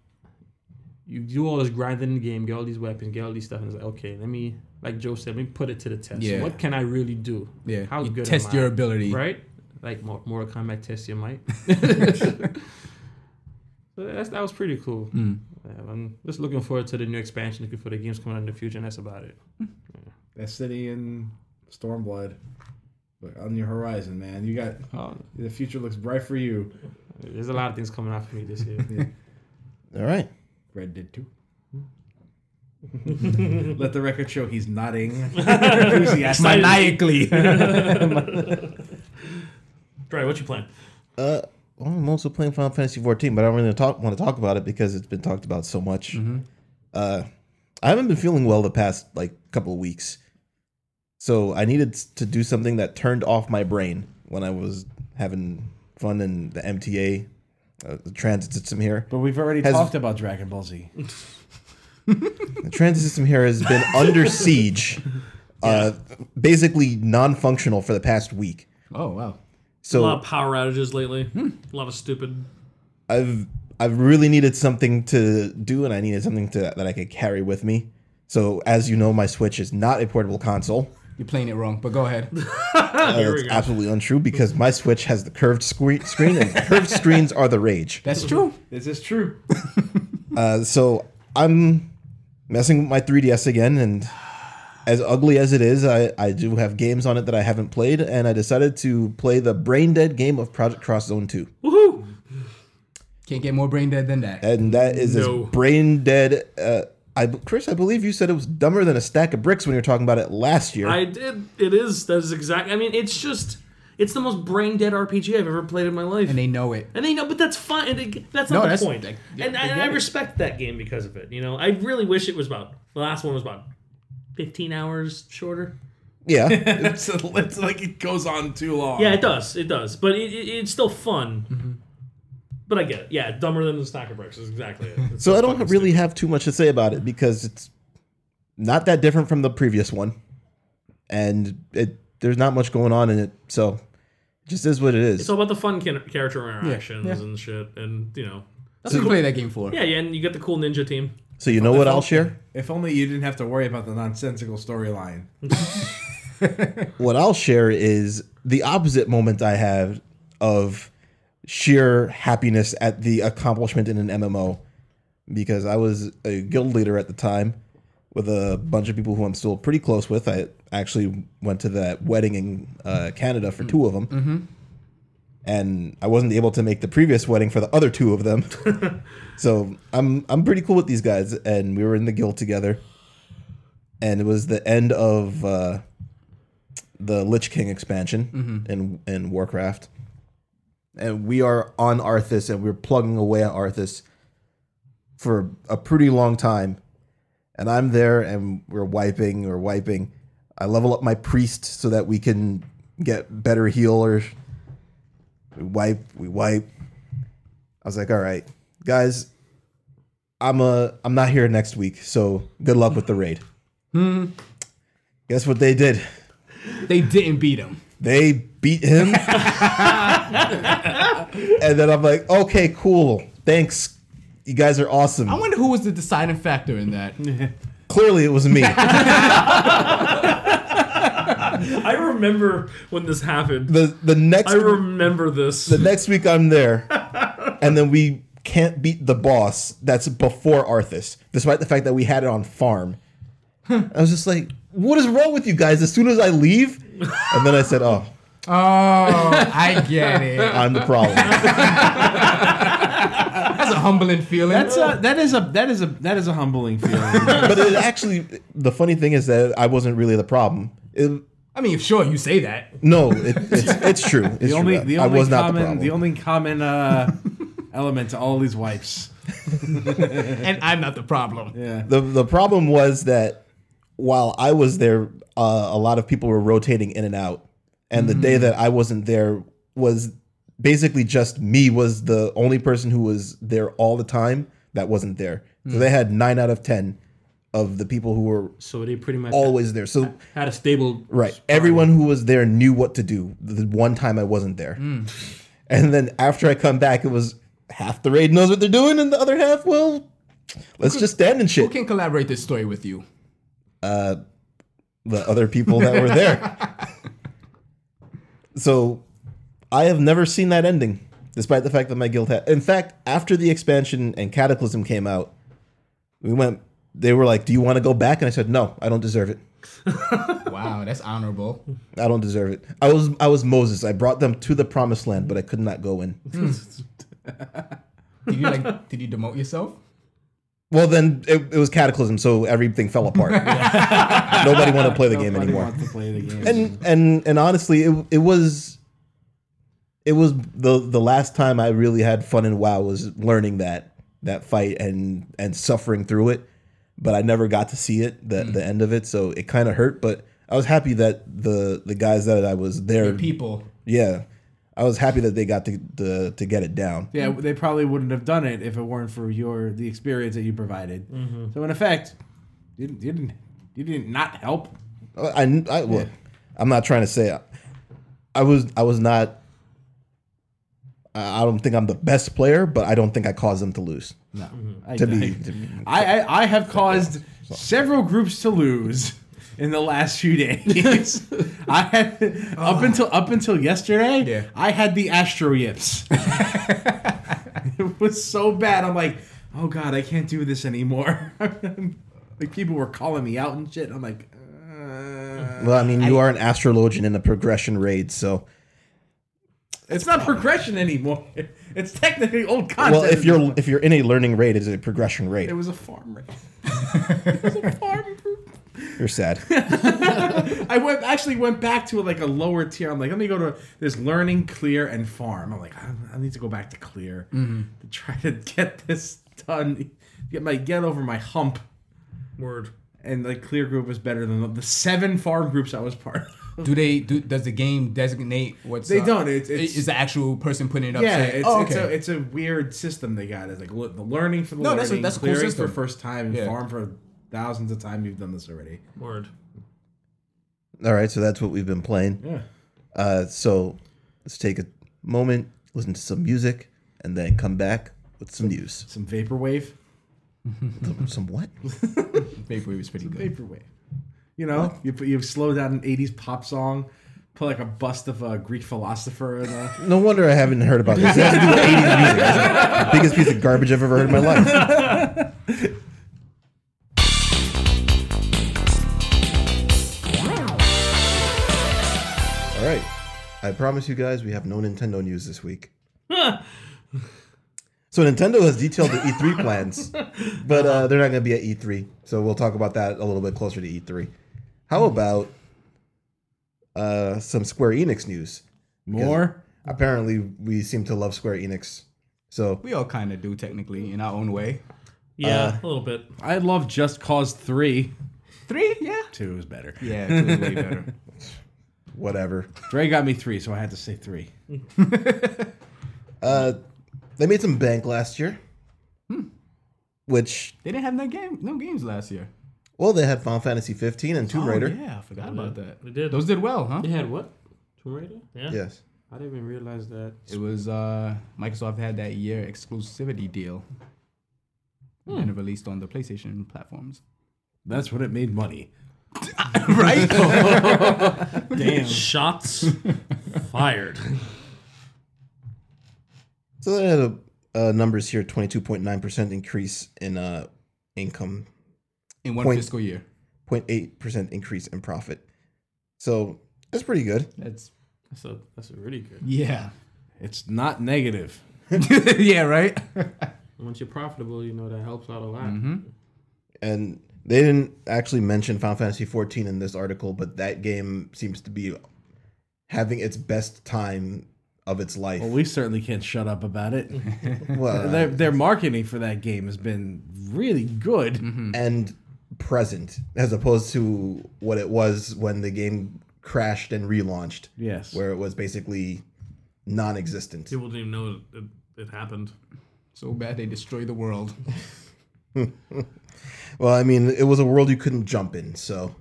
S3: you do all this grinding in the game, get all these weapons, get all these stuff, and it's like okay, let me like Joe said, let me put it to the test.
S1: Yeah.
S3: What can I really do?
S1: Yeah.
S3: How
S1: you
S3: good
S1: test
S3: am I?
S1: your ability.
S3: Right? Like Mor- Mortal Kombat test your might. so that's, that was pretty cool.
S1: Mm.
S3: Yeah, I'm just looking forward to the new expansion, looking for the games coming out in the future, and that's about it.
S2: Destiny and Stormblood. Look, on your horizon, man. You got
S3: Oh,
S2: the future looks bright for you.
S3: there's a lot of things coming out for me this year.
S4: All right.
S2: Red did too. Let the record show he's nodding
S5: Excited.
S2: enthusiastically.
S1: Maniacally.
S5: Dre, what you playing?
S4: Uh, well, I'm also playing Final Fantasy 14, but I don't really talk, want to talk about it because it's been talked about so much.
S5: Mm-hmm.
S4: Uh, I haven't been feeling well the past like couple of weeks, so I needed s- to do something that turned off my brain when I was having fun in the MTA, uh, the transit system here.
S2: But we've already
S4: Has-
S2: talked about Dragon Ball Z.
S4: The transit system here has been under siege, uh, basically non-functional for the past week.
S1: Oh wow.
S4: So
S5: a lot of power outages lately.
S1: Hmm.
S5: A lot of stupid.
S4: I've I've really needed something to do, and I needed something to that I could carry with me. So, as you know, my Switch is not a portable console.
S1: You're playing it wrong, but go ahead.
S4: Uh,
S5: Here we
S4: that's
S5: go.
S4: absolutely untrue because my Switch has the curved screen, screen and curved screens are the rage.
S1: That's true.
S2: This is true.
S4: Uh, so I'm messing with my 3DS again, and as ugly as it is, I, I do have games on it that I haven't played, and I decided to play the brain dead game of Project Cross Zone 2.
S5: Woohoo!
S1: Can't get more brain dead than that.
S4: and that is
S5: No.
S4: as brain dead. Uh, I, Chris, I believe you said it was dumber than a stack of bricks when you were talking about it last year.
S5: I did. It is. That is exact. I mean, it's just. It's the most brain dead RPG I've ever played in my life.
S1: And they know it.
S5: And they know, but that's fine. And they, that's not
S1: No,
S5: the
S1: that's-
S5: point.
S1: like,
S5: and and
S1: they get
S5: I
S1: it.
S5: respect that game because of it. You know, I really wish it was about the last one was about fifteen hours shorter.
S4: yeah,
S2: it's, it's like it goes on too long.
S5: Yeah, it does. It does. But it, it, it's still fun.
S1: Mm-hmm.
S5: But I get it. Yeah, dumber than the stack of bricks is exactly it. It's
S4: so I don't
S5: fucking
S4: really have too much to say about it because it's not that different from the previous one, and it there's not much going on in it. So it just is what it is.
S5: It's all about the fun can- character interactions
S1: yeah.
S5: and shit, and you know,
S1: That's what you play that game for.
S5: yeah, yeah, and you get the cool ninja team.
S4: so you know what I'll share?
S2: If only you didn't have to worry about the nonsensical storyline.
S4: What I'll share is the opposite moment I have of sheer happiness at the accomplishment in an MMO because I was a guild leader at the time with a bunch of people who I'm still pretty close with. I actually went to that wedding in uh, Canada for two of them. And I wasn't able to make the previous wedding for the other two of them. so I'm I'm pretty cool with these guys and we were in the guild together. And it was the end of uh, the Lich King expansion in in Warcraft and we are on Arthas and we're plugging away at Arthas for a pretty long time. And I'm there and we're wiping, we're wiping. I level up my priest so that we can get better healers. We wipe, we wipe. I was like, all right, guys, I'm a I'm not here next week, so good luck with the raid. Guess what they did?
S1: They didn't beat him.
S4: They beat him. and then I'm like, okay, cool. Thanks. You guys are awesome.
S1: I wonder who was the deciding factor in that.
S4: Clearly, it was me.
S5: I remember when this happened.
S4: the The next
S5: I remember this.
S4: the next week, I'm there, and then we can't beat the boss. That's before Arthas, despite the fact that we had it on farm. I was just like, what is wrong with you guys? As soon as I leave, and then I said, oh,
S1: Oh, I get it.
S4: I'm the problem.
S1: That's a humbling feeling.
S2: That's a that is a that is a that is a humbling feeling.
S4: but it actually, the funny thing is that I wasn't really the problem. It,
S1: I mean, sure, you say that.
S4: no, it, it's, it's true. It's
S2: The only
S4: true.
S2: the
S4: I
S2: only
S4: was not the
S2: common
S4: problem.
S2: the, only common uh, element to all these wipes.
S1: And I'm not the problem.
S2: Yeah.
S4: the the problem was that while I was there, uh, a lot of people were rotating in and out, and the
S2: Mm.
S4: day that I wasn't there was basically just me was the only person who was there all the time that wasn't there.
S2: Mm.
S4: So they had nine out of ten of the people who were
S3: So they pretty much
S4: always there. So
S3: had a stable.
S4: Right. Everyone who was there knew what to do. The one time I wasn't there. And then after I come back, it was half the raid knows what they're doing, and the other half, well, let's just stand and
S1: Who
S4: shit.
S1: can collaborate this story with you?
S4: The other people that were there. so I have never seen that ending, despite the fact that my guild had. In fact, after the expansion and Cataclysm came out, we went, they were like, Do you want to go back? And I said, No, I don't deserve it.
S1: Wow, that's honorable.
S4: I don't deserve it. I was I was Moses. I brought them to the promised land, but I could not go in.
S1: Did you like? did you demote yourself?
S4: Well, then it, it was Cataclysm, so everything fell apart. Nobody wanted to play the game
S2: Nobody
S4: anymore.
S2: wants to play the game.
S4: And and and honestly, it it was it was the the last time I really had fun in WoW was learning that that fight and and suffering through it. But I never got to see it
S2: Hmm.
S4: the the end of it, so it kind of hurt. But I was happy that the the guys that I was there,
S1: People.
S4: yeah, I was happy that they got to to, to get it down.
S2: yeah, they probably wouldn't have done it if it weren't for your the experience that you provided.
S5: Mm-hmm.
S2: So in effect, you, didn't- you didn't you didn't not help.
S4: I, I well, I'm not trying to say I, I was I was not. I I don't think I'm the best player, but I don't think I caused them to lose.
S2: No, I,
S4: To be,
S2: I-
S4: to be-
S2: I, I I have caused several groups to lose in the last few days. I had up until up until yesterday.
S1: Yeah.
S2: I had the Astro Yips. it was so bad. I'm like, oh god, I can't do this anymore. like people were calling me out and shit. I'm like, uh,
S4: well, I mean, you are an astrologian in a progression raid, so
S2: it's not progression anymore. It's technically old content.
S4: well, if you're if you're in a learning raid, it's a progression raid.
S2: it was a farm raid.
S4: You're sad.
S2: I went actually went back to like a lower tier. I'm like, let me go to this learning, clear, and farm. I'm like, I, I need to go back to clear
S1: Mm-hmm.
S2: to try to get this done, get my get over my hump.
S5: Word.
S2: And like clear group was better than the, the seven farm groups I was part. of.
S1: Do they? Do, does the game designate what's?
S2: They
S1: up?
S2: don't. It's- it's-
S1: is the actual person putting it up.
S2: Yeah,
S1: saying,
S2: it's,
S1: "Oh,
S2: it's a
S1: okay."
S2: it's a weird system they got. It's like le- the learning for the
S1: No,
S2: learning,
S1: that's a- that's a cool
S2: clearing
S1: system.
S2: for first time, and
S1: Yeah.
S2: farm for thousands of times. You've done this already.
S5: Word.
S4: All right, so that's what we've been playing.
S2: Yeah.
S4: Uh, so let's take a moment, listen to some music, and then come back with some news.
S2: Some vaporwave,
S4: Some what?
S1: Vaporwave was pretty good.
S2: vaporwave. You know, you put- you slow down an '80s pop song, put like a bust of a Greek philosopher uh, in a
S4: No wonder I haven't heard about this. It has to do with 80s music. That's the biggest piece of garbage I've ever heard in my life. All right. I promise you guys we have no Nintendo news this week. so Nintendo has detailed the E3 plans, but uh, they're not going to be at E3. So we'll talk about that a little bit closer to E3. How about uh, some Square Enix news?
S2: More?
S4: apparently we seem to love Square Enix. So
S1: We all kind of do technically in our own way.
S4: Uh,
S5: Yeah, a little bit.
S2: I love Just Cause 3.
S1: Three, yeah.
S2: 2 is better.
S1: Yeah, two is way better.
S4: whatever.
S2: Dre got me 3, so I had to say 3.
S4: They made some bank last year. Which
S1: They didn't have no game, no games last year.
S4: well they had Final Fantasy 15 and Tomb
S1: Oh,
S4: Raider.
S1: yeah, I forgot about that.
S5: They did.
S1: Those did well, huh?
S3: They had what? Tomb Raider?
S5: Yeah.
S4: Yes.
S3: I didn't even realize that.
S1: It was uh, Microsoft had that year exclusivity deal, and it released on the PlayStation platforms.
S2: That's when it made money.
S1: right?
S2: Damn.
S5: Shots fired.
S4: So they had a, uh, numbers here: twenty-two point nine percent increase in uh, income,
S1: In one
S4: Point.
S1: fiscal year.
S4: 08 percent increase in profit. So that's pretty good.
S1: That's
S3: That's a that's a really good.
S1: yeah,
S2: It's not negative.
S1: yeah, right.
S3: Once you're profitable, you know that helps out a lot.
S4: And they didn't actually mention Final Fantasy fourteen in this article, but that game seems to be having its best time of its life.
S2: Well, we certainly can't shut up about it.
S4: Well,
S2: their, their marketing for that game has been really good.
S4: Mm-hmm. and present as opposed to what it was when the game crashed and relaunched,
S2: Yes.
S4: where it was basically non-existent.
S5: People didn't even know it, it, it happened.
S1: So bad they destroy the world.
S4: Well, I mean, it was a world you couldn't jump in, so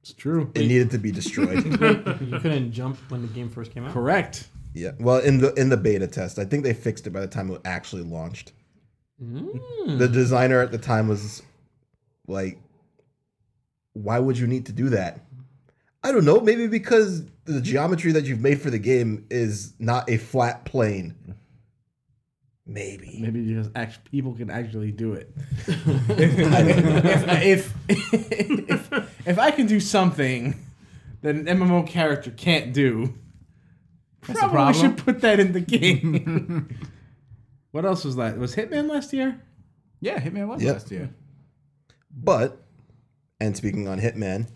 S2: it's true.
S4: it needed to be destroyed.
S2: Mm-hmm.
S3: You couldn't jump when the game first came out.
S2: Correct.
S4: yeah. Well, in the in the beta test, I think they fixed it by the time it actually launched. The designer at the time was like, "Why would you need to do that?" I don't know. Maybe because the geometry that you've made for the game is not a flat plane. Maybe.
S2: Maybe just act- people can actually do it. if, if, if, if, I can do something that an MMO character can't do,
S1: That's the
S2: probably
S1: problem.
S2: should put that in the game. what else was that? Was Hitman last year?
S1: Yeah, Hitman was
S4: Yep.
S1: last year.
S4: But, and speaking on Hitman,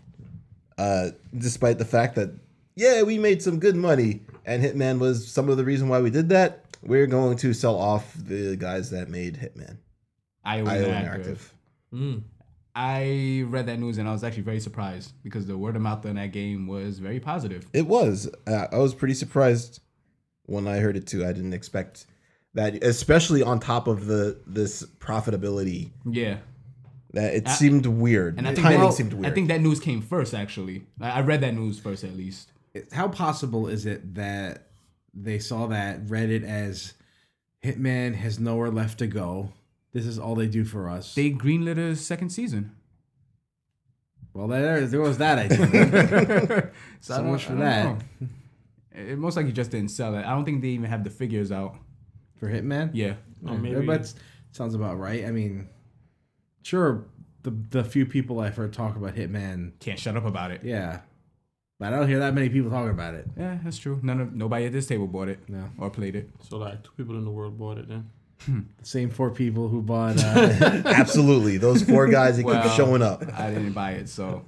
S4: uh, despite the fact that, yeah, we made some good money, and Hitman was some of the reason why we did that, we're going to sell off the guys that made Hitman.
S1: I was
S4: IO
S1: active.
S4: Interactive.
S1: I read that news and I was actually very surprised because the word of mouth on that game was very positive.
S4: It was. Uh, I was pretty surprised when I heard it too. I didn't expect that, especially on top of the this profitability.
S1: Yeah.
S4: That it seemed weird.
S1: And I
S4: the
S1: think,
S4: timing
S1: that,
S4: seemed weird.
S1: I think that news came first, actually. I, I read that news first, at least.
S2: it- how possible is it that they saw that read it as hitman has nowhere left to go this is all they do for us
S1: They greenlit a second season.
S2: well there, there was that idea
S1: So, I don't-
S2: much
S1: I
S2: for
S1: don't
S2: that.
S1: know. It, most likely just didn't sell it. I don't think they even have the figures out.
S2: for hitman
S1: Yeah.
S3: Or maybe
S2: but it's- sounds about right i mean sure the, the few people i've heard talk about hitman
S1: Can't shut up about it.
S2: yeah but i don't hear that many people talking about it
S1: Yeah, that's true. None of nobody at this table bought it.
S2: No.
S1: Or played it.
S3: so like two people in the world bought it then.
S2: the same four people who bought uh,
S4: Absolutely, those four guys that keep
S1: Well,
S4: showing up.
S1: I didn't buy it, so.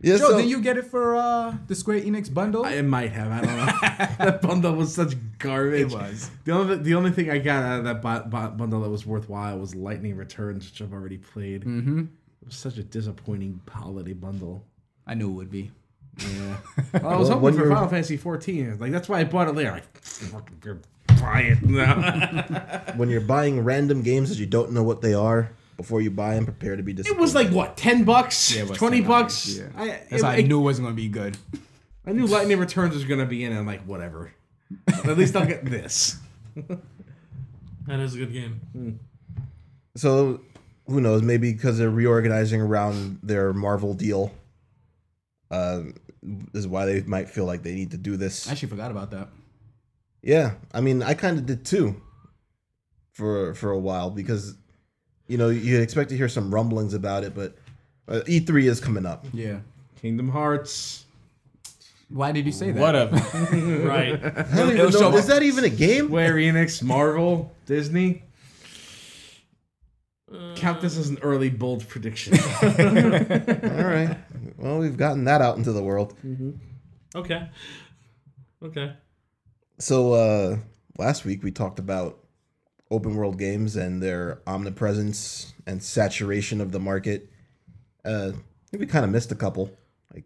S4: Yeah,
S1: Joe,
S4: so-
S1: did you get it for uh, the Square Enix bundle?
S2: I might have. I don't know. that bundle was such garbage.
S1: It was.
S2: The only the only thing I got out of that bu- bu- bundle that was worthwhile was Lightning Returns, which I've already played. Mm-hmm. It was such a disappointing holiday bundle.
S1: I knew it would be.
S2: Yeah. Well, I was
S4: Well, when
S2: hoping for
S4: you're-
S2: Final Fantasy 14. Like that's why I bought it later. Like, fucking, you're buying now.
S4: when you're buying random games that you don't know what they are before you buy them, prepare to be
S2: it
S4: disappointed.
S2: was like what, ten bucks,
S1: Yeah, it was
S2: twenty
S1: $10,
S2: bucks.
S1: yeah.
S2: I,
S1: That's
S2: it-
S1: how I
S2: it-
S1: knew it wasn't gonna be good.
S2: I knew Lightning Returns was gonna be in. And I'm like, whatever. At least I'll get this.
S5: That is a good game.
S4: so who knows? Maybe because they're reorganizing around their Marvel deal, uh, is why they might feel like they need to do
S1: I
S4: this.
S1: actually forgot about that.
S4: Yeah, I mean, I kind of did too, for for a while because, you know, you'd expect to hear some rumblings about it, but uh, E3 is coming up.
S1: Yeah.
S2: Kingdom Hearts.
S1: Why did you say that?
S2: Whatever.
S5: Right.
S4: I don't even
S1: it'll
S4: know.
S1: show
S4: Is
S1: up.
S4: that even a game?
S2: Square Enix, Marvel, Disney. Count this as an early bold prediction.
S4: All right. Well, we've gotten that out into the world.
S5: Okay. Okay.
S4: So uh last week we talked about open world games and their omnipresence and saturation of the market. Uh I think we kind of missed a couple, like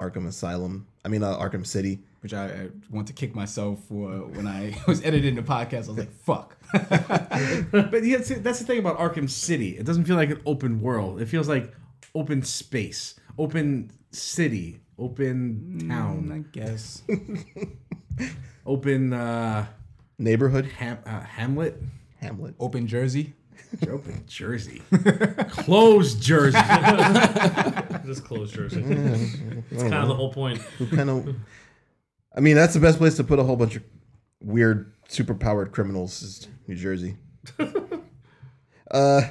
S4: Arkham Asylum. I mean, uh, Arkham City.
S1: Which I, I want to kick myself for when I was editing the podcast. I was like, fuck.
S2: but yeah, see, that's the thing about Arkham City. It doesn't feel like an open world. It feels like open space, open city, open town,
S1: Mm, I guess.
S2: open uh,
S4: Neighborhood
S2: ham, uh, Hamlet,
S4: Hamlet.
S1: Open Jersey.
S2: open Jersey, closed Jersey.
S5: Just close Jersey. It's kind of the whole point.
S4: Who kind of? I mean, that's the best place to put a whole bunch of weird, superpowered criminals is New Jersey. uh,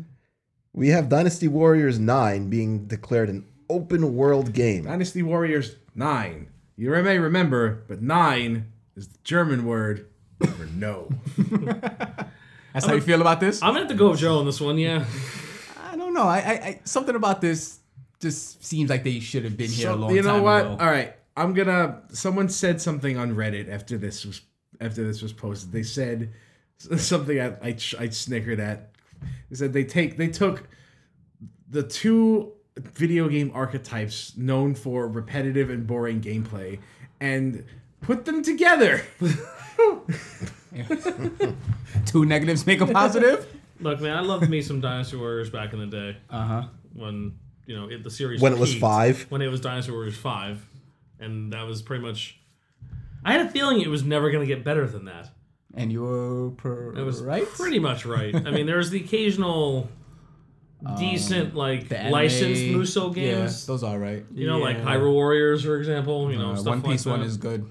S4: we have Dynasty Warriors Nine being declared an open world game.
S2: Dynasty Warriors nine. You may remember, but nine is the German word for no.
S1: That's how you feel about this?
S5: I'm gonna have to go with Joe on this one. Yeah,
S1: I don't know. I, I, I something about this just seems like they should have been here a
S2: So-
S1: long
S2: you know
S1: time
S2: what?
S1: ago.
S2: All right, I'm gonna. Someone said something on Reddit after this was after this was posted. They said s- something I I, ch- I snickered at. They said they take they took the two video game archetypes known for repetitive and boring gameplay and put them together.
S1: Two negatives make a positive.
S5: look, man, I loved me some Dynasty Warriors back in the day
S1: uh huh.
S5: when you know it, the series
S4: When it was
S5: peaked,
S4: five?
S5: When it was Dynasty Warriors five, and that was pretty much. I had a feeling it was never gonna get better than that.
S1: And you were per-
S5: It was
S1: right.
S5: pretty much right. I mean, there was the occasional
S4: Um,
S5: decent like
S1: The anime-
S5: licensed Muso games.
S1: Yeah, those are right.
S5: you know, like
S3: Yeah.
S5: Hyrule Warriors, for example. You know,
S1: Uh,
S5: stuff
S1: One
S5: like
S1: Piece one
S5: that.
S1: is good.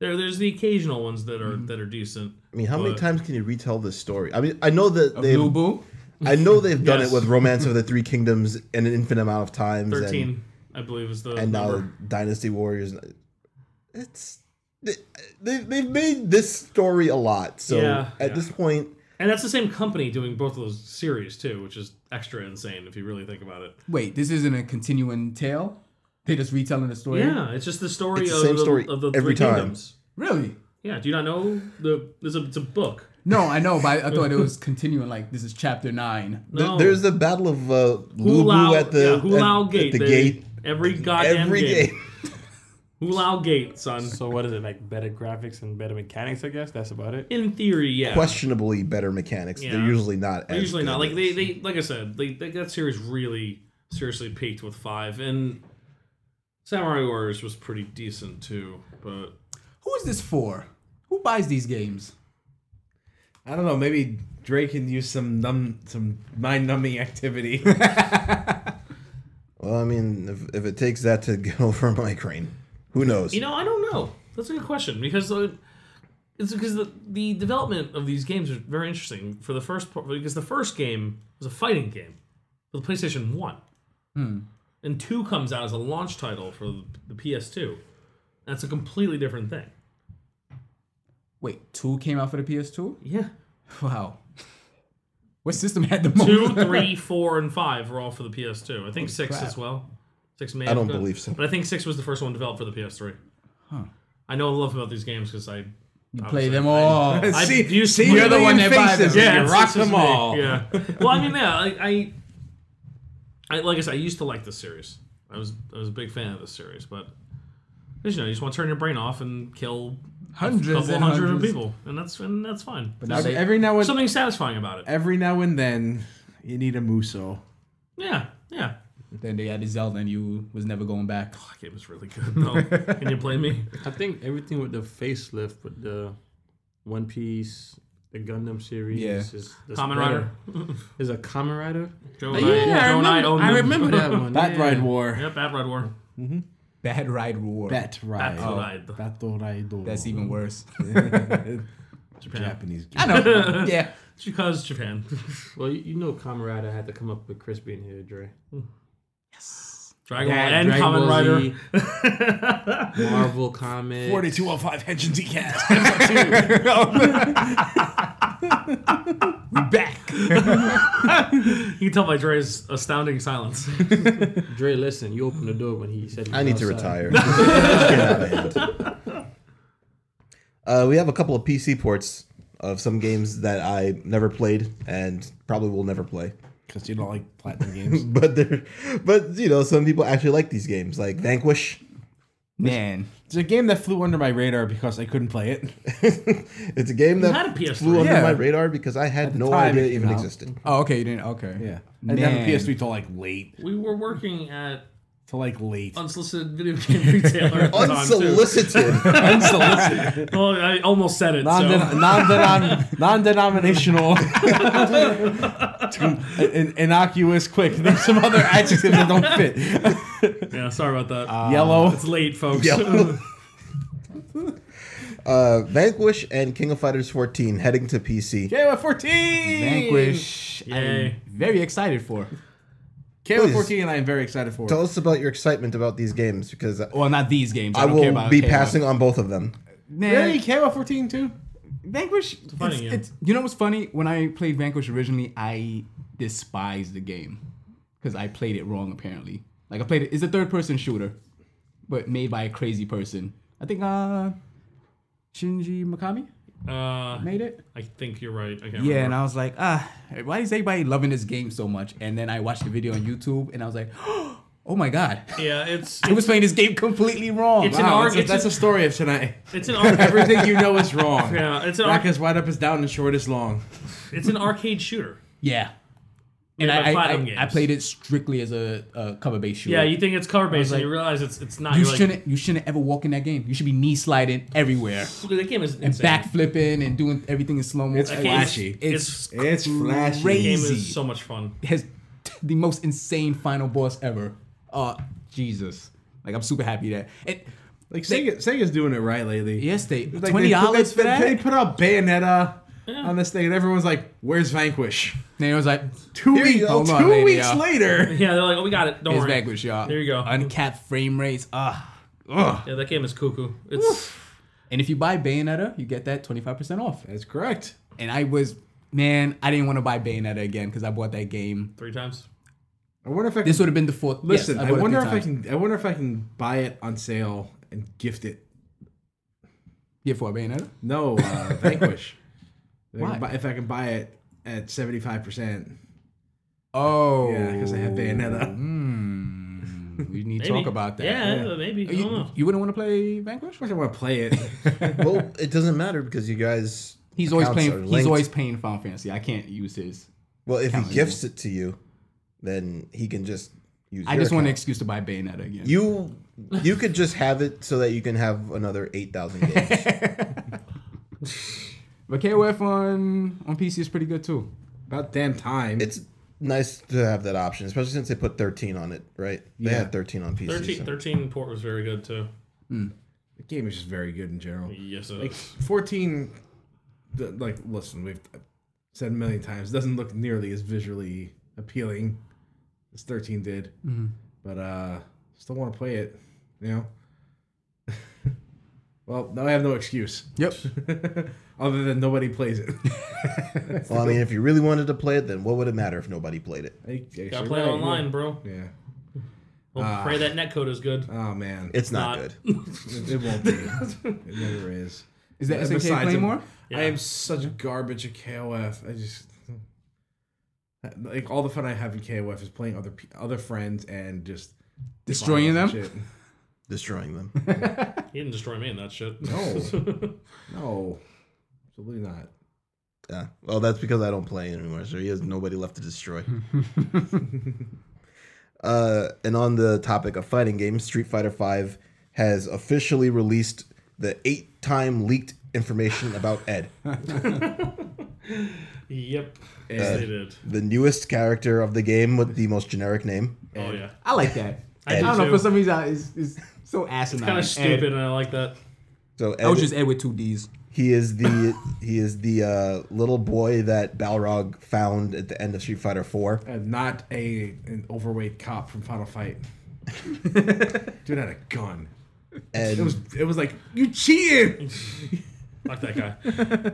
S5: there. There's the occasional ones that are
S4: Mhm.
S5: that are decent.
S4: I mean, how many
S5: But-
S4: times can you retell this story? I mean, I know that they.
S1: Blue Boo.
S4: I know they've done
S5: Yes.
S4: it with Romance of the Three Kingdoms in an infinite amount of times. and-
S5: Thirteen, I believe, is the
S4: and now
S5: number.
S4: Dynasty Warriors. It's they, they- they've made this story a lot. So
S5: Yeah.
S4: at
S5: Yeah.
S4: this point,
S5: And that's the same company doing both of those series too, which is extra insane if you really think about it.
S1: Wait, this isn't a continuing tale. They just retelling the story.
S5: Yeah, it's just the story
S4: It's the
S5: of
S4: same
S5: the,
S4: story
S5: of the
S4: every
S5: three
S4: time.
S5: kingdoms.
S1: Really?
S5: Yeah, do you not know the? It's a, it's a book.
S1: No, I know, but I thought it was continuing. Like this is chapter nine.
S4: th-
S5: No,
S4: there's the battle of uh, Lubu
S5: Hulao,
S4: at the,
S5: yeah, Hulao
S4: at,
S5: Gate.
S4: at the
S5: they-
S4: gate.
S5: Every goddamn
S4: Every
S5: game.
S4: game.
S5: Hulao Gate, son.
S3: So what is it like? Better graphics and better mechanics, I guess. That's about it.
S5: In theory, yeah.
S4: questionably better mechanics. They're
S5: Yeah.
S4: usually not.
S5: They're
S4: as
S5: usually not
S4: good.
S5: like they, they like I said they, they that series really seriously peaked with five and Samurai Warriors was pretty decent too, but
S1: Who is this for? Who buys these games?
S2: I don't know. Maybe Drake can use some numb some mind numbing activity.
S4: Well, I mean, if, if it takes that to get over migraine, who knows?
S5: you know I don't know. That's a good question because uh, it's because the, the development of these games are very interesting. For the first part, because the first game was a fighting game for the PlayStation One, and two comes out as a launch title for the, the PS2. That's a completely different thing.
S1: Wait, two came out for the PS2.
S5: Yeah,
S1: Wow. What system had the most?
S5: two, three, four, and five were all for the PS2. I think six
S1: crap.
S5: as well. Six may.
S4: I
S5: have
S4: don't
S5: gone-
S4: believe so.
S5: But I think six was the first one developed for the PS3. I know a lot about these games because I
S1: You play them all.
S5: I-
S2: see,
S5: you-
S2: see,
S5: you're
S1: the
S2: million
S1: one that buys
S2: faces,
S1: them.
S2: you
S5: yeah it's-
S2: rock
S5: it's just
S2: them
S5: me.
S2: all.
S5: Yeah. Well, I mean, yeah, I, I, I like I said, I used to like this series. I was I was a big fan of this series, but 'cause, you know you just want to turn your brain off and kill a
S1: hundreds
S5: couple
S1: and
S5: hundred of
S1: hundreds.
S5: people, and that's and that's fine.
S1: But now they,
S2: Every now and
S5: Something satisfying about it.
S2: every now and then you need a muso.
S5: Yeah, yeah.
S1: then they added Zelda, and you was never going back.
S5: That game is really good. though. Can you blame me?
S3: I think everything with the facelift, with the One Piece, the Gundam series,
S1: Yeah.
S3: is that's
S5: Kamen
S3: better. Is a Kamen Rider?
S5: Joe
S3: Yeah,
S5: and I-
S3: I,
S5: Joe
S3: remember,
S5: and own
S3: I
S5: them.
S3: remember that one.
S2: Bat
S3: yeah.
S2: ride war.
S5: Yep, Bad Ride War.
S1: Bad Ride War.
S2: Bat ride.
S5: Bat
S1: Oh.
S5: Ride.
S2: Battle ride. war.
S1: That's even worse.
S2: Japanese. Game.
S1: I know. Yeah.
S5: It's because Japan.
S3: Well, you, you know, Kamen Rider had to come up with Chris being here, Dre.
S5: Dragon
S3: That,
S5: Ball and
S3: Dragon
S5: Kamen
S3: Ball
S5: Rider.
S3: Z, Marvel comics.
S2: 4205 Henshin Decast. Oh.
S1: We back.
S5: You can tell by Dre's astounding silence.
S3: Dre, listen, you opened the door when he said. he
S4: I
S3: was
S4: need to
S3: outside.
S4: retire. This is getting out of hand. Uh, we have a couple of PC ports of some games that I never played and probably will never play.
S2: Because you don't like platinum games.
S4: But they're, but you know, some people actually like these games, like Vanquish.
S1: Man.
S2: It's a game that flew under my radar because I couldn't play it.
S4: It's a game
S5: had a
S4: that
S5: PS3.
S4: flew under
S1: Yeah.
S4: my radar because I had
S2: the
S4: no
S2: time
S4: idea
S2: it
S4: it
S2: came
S4: even
S2: out.
S4: existed.
S1: Oh, okay. You didn't. Okay.
S2: I didn't have a
S1: Man.
S2: PS3 till like late.
S5: We were working at
S2: to like late.
S5: Unsolicited video game retailer. at the time, too.
S4: Unsolicited.
S5: Well, I almost said it. so.
S2: Non-denom- non-denom- non-denominational, To- in- innocuous, quick. There's some other adjectives that don't fit.
S5: Yeah, sorry about that.
S1: Uh,
S2: Yellow.
S5: it's late, folks.
S4: uh, Vanquish and King of Fighters 14 heading to PC.
S2: KOF 14.
S1: Vanquish.
S5: Yay.
S1: I'm very excited for.
S2: KOF
S4: Please.
S2: 14, and I am very excited for.
S4: Tell us about your excitement about these games because I,
S1: Well, not these games. I, don't care
S4: will
S1: about
S4: be
S1: Halo.
S4: passing on both of them.
S1: Man,
S2: really, KOF 14 too.
S1: Vanquish.
S5: fighting
S1: it's-
S5: game.
S1: it's- you know what's funny? When I played Vanquish originally, I despised the game because I played it wrong. Apparently, like I played it. It's a third-person shooter, but made by a crazy person. I think uh, Shinji Mikami
S5: Uh,
S1: made it.
S5: I think you're right. I can't
S1: Yeah, and
S5: remember.
S1: I was like, ah, why is everybody loving this game so much? And then I watched the video on YouTube, and I was like, oh my god,
S5: Yeah, it's
S1: I was playing this game completely wrong.
S5: It's an
S1: Wow.
S5: ar-
S2: that's, a,
S5: it's
S2: that's
S5: a-
S2: a story of tonight.
S5: it's an arcade,
S2: Everything you know is wrong.
S5: yeah, it's an
S2: Black
S5: arc-
S2: is wide up is down and short is long.
S5: it's an arcade shooter.
S1: yeah. And
S5: Made by
S1: I, I,
S5: Platinum
S1: I, I
S5: Games.
S1: played it strictly as a, a cover-based shooter.
S5: Yeah, you think it's cover based,
S1: like-
S5: and you realize it's it's not.
S1: You
S5: You're like,
S1: shouldn't. you shouldn't ever walk in that game. You should be knee sliding everywhere,
S5: That game is
S1: and
S5: insane.
S1: back flipping and doing everything in slow mo.
S2: It's
S5: That
S1: Like,
S5: game is-
S2: flashy.
S5: It's,
S2: It's flashy.
S5: the game
S1: crazy.
S5: is so much fun.
S1: it has t- the most insane final boss ever. Oh Jesus! Like I'm super happy that. And
S2: Like Sega, Sega's doing it right lately.
S1: yes, they
S2: Like, they
S1: twenty dollars
S2: put-
S1: for
S2: they-
S1: that.
S2: They put out Bayonetta on this thing, and everyone's like, "Where's Vanquish?"
S1: and it was like
S2: Two
S1: Here you
S2: weeks.
S1: go.
S2: Two
S1: Hold on, lady,
S2: weeks
S1: y'all.
S2: later.
S5: Yeah, they're like, oh, we got it. Don't
S1: It's
S5: worry.
S1: Vanquish, y'all.
S5: There you go.
S1: Uncapped frame rates. Ah. Ugh.
S5: Yeah, that game is cuckoo. It's
S1: And if you buy Bayonetta, you get that 25% off.
S2: That's correct.
S1: And I was, man, I didn't want to buy Bayonetta again because I bought that game.
S5: three times.
S2: I wonder if I can,
S1: This would have been the fourth. yes,
S2: listen. I
S1: bought it
S2: wonder
S1: three
S2: if I
S1: times.
S2: can. I wonder if I can buy it on sale and gift it.
S1: Yeah, for a Bayonetta?
S2: No, uh, Vanquish. If I can
S1: Why?
S2: buy- if I can buy it at seventy five percent,
S1: Oh.
S2: yeah, because I have Bayonetta.
S1: hmm. We need to
S5: Maybe.
S1: talk about that.
S5: Yeah, maybe. I don't
S1: You,
S5: know.
S1: you wouldn't want to play Vanquish?
S2: Of course, I want to play it.
S4: well, it doesn't matter because you guys.
S1: He's always
S4: accounts
S1: playing.
S4: are
S1: He's
S4: linked.
S1: always playing Final Fantasy. I can't use his.
S4: Well, if he
S1: Account is
S4: gifts it to you, then he can just use.
S1: I
S4: your
S1: just want an
S4: account.
S1: excuse to buy Bayonetta again.
S4: you. You could just have it so that you can have another eight thousand games.
S1: but KOF on on PC is pretty good too.
S2: About damn time.
S4: it's nice to have that option, especially since they put thirteen on it, right? They had thirteen on PC.
S5: 13,
S4: so-
S5: 13 port was very good too.
S2: the game is just very good in general.
S5: Yes, it
S2: Like
S5: is.
S2: 14, the- like, listen, we've said a million times, doesn't look nearly as visually appealing as 13 did. But uh still want to play it, you know? well, now I have no excuse.
S1: Yep.
S2: Other than nobody plays it.
S4: Well, I mean, if you really wanted to play it, then what would it matter if nobody played it?
S2: I, actually,
S5: Gotta play it
S2: right,
S5: online, bro.
S2: Yeah. Yeah.
S5: Well, pray that netcode is good.
S2: Oh, man. It,
S4: It's not,
S5: Not-
S4: good.
S2: it won't be. it never is.
S1: Is that
S2: Uh,
S1: SNK
S2: besides him.
S1: Claymore?
S5: Yeah.
S2: I am such garbage at KOF. I just like all the fun I have in KOF is playing other pe- other friends and just
S1: Destroying them?
S2: violence and
S4: Destroying them.
S5: He didn't destroy me in that shit.
S2: Shit. No, no, absolutely not.
S4: Yeah. Well, that's because I don't play anymore, so he has nobody left to destroy. uh, and on the topic of fighting games, Street Fighter V has officially released the eight-time leaked information about Ed,
S5: Yep. Yes, they did.
S4: the newest character of the game with the most generic name.
S5: Oh yeah.
S1: I like that. I,
S4: do
S1: don't know.
S5: too.
S1: For some reason, I- it's, it's so asinine.
S5: Kind of
S1: Ed.
S5: stupid, and I like that.
S4: So
S2: Oh,
S1: I was
S4: Ed,
S1: just Ed with two D's.
S4: he is the he is the uh, little boy that Balrog found at the end of Street Fighter Four.
S2: I'm not a an overweight cop from Final Fight. Dude had a gun. It was
S4: And
S2: it was like you cheated.
S5: Like that guy.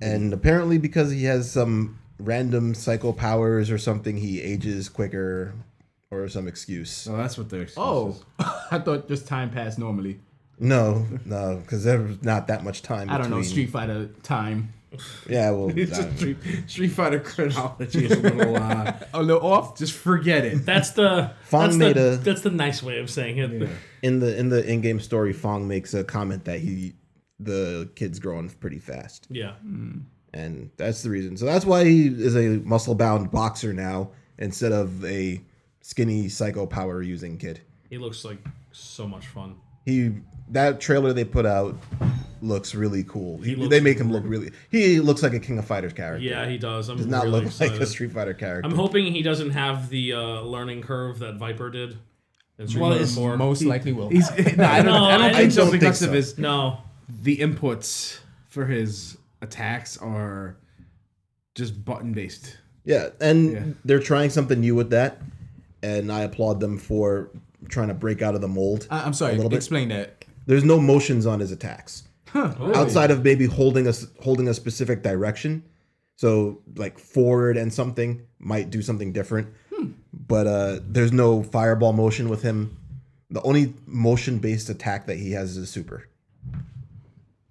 S4: and
S1: Mm-hmm.
S4: apparently because he has some random psycho powers or something, he ages quicker or some excuse.
S2: So that's what they're.
S1: Oh, I thought just time passed normally.
S4: No, no, because there's not that much time.
S1: I don't know
S4: between-
S1: Street Fighter time.
S4: Yeah, well, I
S2: It's just
S4: don't know.
S2: Street, Street Fighter chronology is a little. Uh,
S1: A little off.
S2: just forget it.
S5: That's the that's
S4: Fong made
S5: the,
S4: a-
S5: that's the nice way of saying it.
S4: in the in the in-game story, Fong makes a comment that he the kid's growing pretty fast,
S5: Yeah.
S4: and that's the reason. So that's why he is a muscle-bound boxer now instead of a skinny psycho power using kid.
S5: He looks like so much fun.
S4: He that trailer they put out looks really cool. He,
S5: looks
S4: they make him look really. He looks like a King of Fighters character.
S5: Yeah, he does. I'm
S4: does not
S5: really
S4: look
S5: excited.
S4: like a Street Fighter character.
S5: I'm hoping he doesn't have the uh, learning curve that Viper did. in Street
S2: Well,
S5: Fighter
S2: it's
S5: 4.
S1: Most likely will.
S2: He's no, I don't.
S5: No,
S2: I
S5: I
S2: don't think so
S4: don't think
S2: because
S4: so.
S2: of his
S5: no.
S2: the inputs for his attacks are just button based.
S4: yeah, and
S2: Yeah.
S4: they're trying something new with that, and I applaud them for trying to break out of the mold.
S1: I, am sorry.
S4: little bit.
S1: Explain that.
S4: There's no motions on his attacks.
S5: Really?
S4: outside of maybe holding us holding a specific direction so like forward and something might do something different
S5: Hmm.
S4: but uh there's no fireball motion with him the only motion based attack that he has is super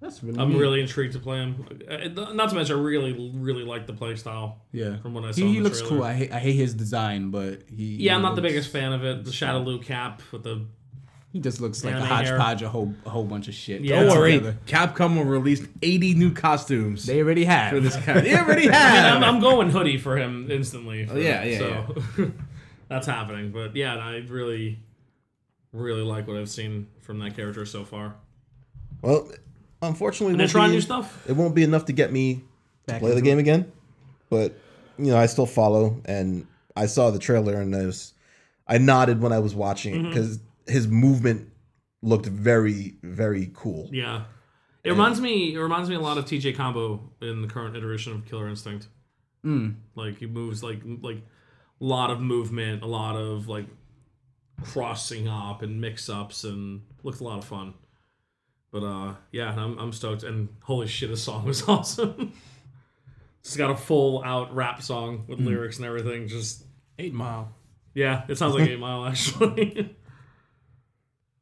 S1: That's really.
S5: I'm
S1: neat.
S5: really intrigued to play him. Uh, Not to mention, I really, really like the playstyle.
S1: Yeah.
S5: From what I saw,
S1: He,
S5: in
S1: he
S5: the
S1: looks
S5: trailer.
S1: cool. I hate, I hate his design, but he.
S5: Yeah, I'm not the
S1: looks-
S5: biggest fan of it. The Shadaloo cap with the
S1: He just looks like a
S5: Anime hair.
S1: hodgepodge, a whole a whole bunch of shit.
S5: Yeah.
S1: put
S5: Don't worry.
S1: together.
S2: Capcom will release 80 new costumes
S1: They already have.
S2: for this character. They already have.
S5: I mean, I'm, I'm going hoodie for him instantly. for-
S2: yeah, yeah,
S5: So that's happening. But yeah, I really, really like what I've seen from that character so far.
S4: well unfortunately it
S5: And they're
S4: won't
S5: trying
S4: be-
S5: new stuff.
S4: it won't be enough to get me to
S1: Back
S4: play the
S1: into
S4: game again but you know i still follow and i saw the trailer and i was i nodded when i was watching
S5: Mm-hmm.
S4: it because his movement looked very very cool
S5: Yeah, it reminds me. It reminds me a lot of TJ Combo in the current iteration of Killer Instinct. Like he moves like like a lot of movement, a lot of like crossing up and mix ups, and looked a lot of fun. But uh, yeah, I'm I'm stoked, and holy shit, his song was awesome. It's got a full out rap song with lyrics and everything. Just
S3: Eight Mile.
S5: yeah, it sounds like Eight Mile actually.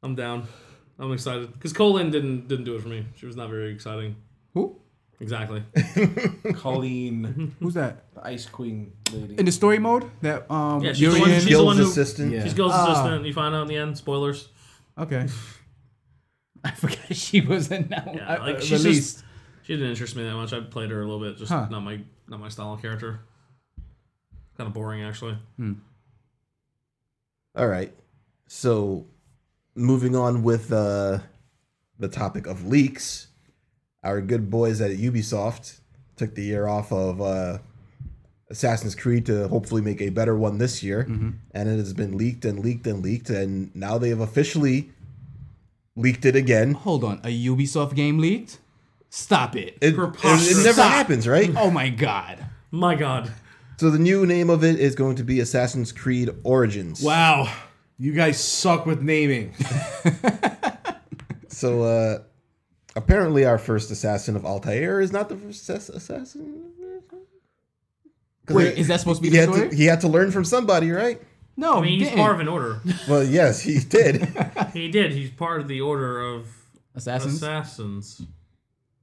S5: I'm down. I'm excited because Colin didn't didn't do it for me. She was not very exciting.
S1: Who?
S5: Exactly.
S2: Colleen,
S1: Who's that?
S2: the Ice Queen lady.
S1: In the story mode, that um.
S5: Yeah, she's
S1: you're
S5: the one-
S1: in-
S5: she's the one
S4: Guild's
S5: who-
S4: assistant
S2: Yeah.
S5: She's Gil's
S1: Ah.
S5: assistant. You find out in the end. Spoilers.
S1: Okay. I forgot she was announced.
S5: Yeah, like,
S1: uh,
S5: she's just-
S1: released.
S5: She didn't interest me that much. I played her a little bit. Just
S1: Huh.
S5: not my not my style of character. Kind of boring actually.
S4: All right. So, moving on with uh, the topic of leaks, our good boys at Ubisoft took the year off of uh, Assassin's Creed to hopefully make a better one this year, and it has been leaked and leaked and leaked, and now they have officially leaked it again.
S1: Hold on, a Ubisoft game leaked? Stop it.
S4: It, it,
S5: Preposterous.
S4: it never
S1: Stop.
S4: happens, right?
S1: oh my god.
S5: My God.
S4: So the new name of it is going to be Assassin's Creed Origins.
S2: wow. You guys suck with naming.
S4: So uh apparently our first assassin of Altair is not the first ass- assassin. 'Cause
S1: Wait,
S4: he-
S1: is that supposed to be
S4: he
S1: the
S4: had
S1: story?
S4: to, he had to learn from somebody, right?
S1: no,
S5: I mean, he's
S1: didn't.
S5: part of an order.
S4: Well, yes, he did.
S5: he did. He's part of the order of
S1: Assassins.
S5: assassins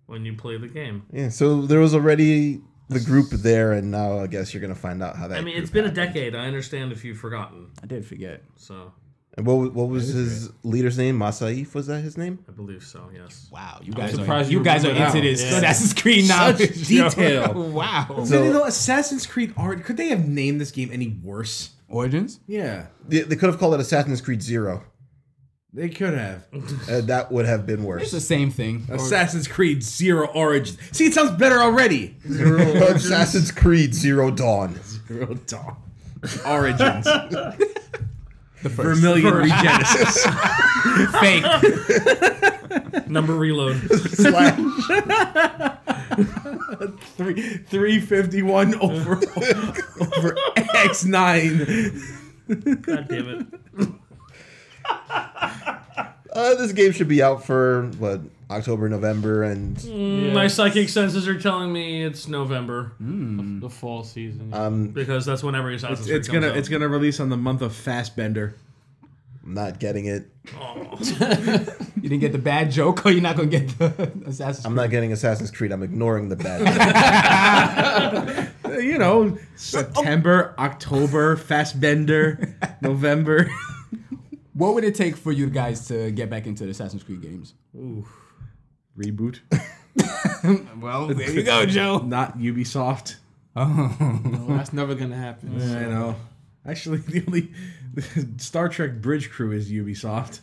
S5: when you play the game.
S4: yeah, so there was already the group there, and now I guess you're gonna find out how that.
S5: I mean,
S4: group
S5: it's been a
S4: happened.
S5: decade. I understand if you've forgotten.
S1: I did forget.
S5: So
S4: And what was- what was his leader's name? Masaif was that his name?
S5: I believe so. Yes.
S1: Wow, you guys are
S3: surprised
S1: you
S3: you
S1: guys are
S3: remember
S1: into
S3: that
S1: this
S3: one. Yeah.
S1: Assassin's Creed
S2: Such
S1: knowledge. yo.
S2: detail.
S1: wow.
S4: So-
S2: you know, Assassin's Creed art. Could they have named this game any worse?
S1: Origins?
S2: Yeah,
S4: They, they could have called it Assassin's Creed Zero.
S2: they could have.
S4: Uh, that would have been
S1: It's the
S4: worse.
S1: same thing.
S2: Assassin's Creed Zero Origins. See, it sounds better already.
S4: Assassin's Creed Zero Dawn.
S2: Zero Dawn. Origins.
S1: The first
S2: Vermilion Regenesis.
S1: fake.
S5: Number reload.
S4: Slash
S2: 351 over, over X9.
S5: God damn it.
S4: Uh, this game should be out for what October, November, and
S3: Mm,
S5: My psychic senses are telling me it's November
S3: The fall season.
S4: I'm
S5: because that's when every Assassin's Creed
S2: It's gonna it's gonna release on the month of Fastbender.
S4: not getting it.
S1: You didn't get the bad joke or you're not gonna get the Assassin's
S4: I'm
S1: Creed.
S4: not getting Assassin's Creed. I'm ignoring the bad.
S2: Uh, You know, September,
S1: Oh.
S2: October, Fastbender, November.
S1: What would it take for you guys to get back into the Assassin's Creed games?
S2: Reboot.
S1: Well, there you go, Joe.
S2: Not Ubisoft.
S3: that's never gonna happen.
S2: I know. Actually, the only Star Trek Bridge Crew is Ubisoft,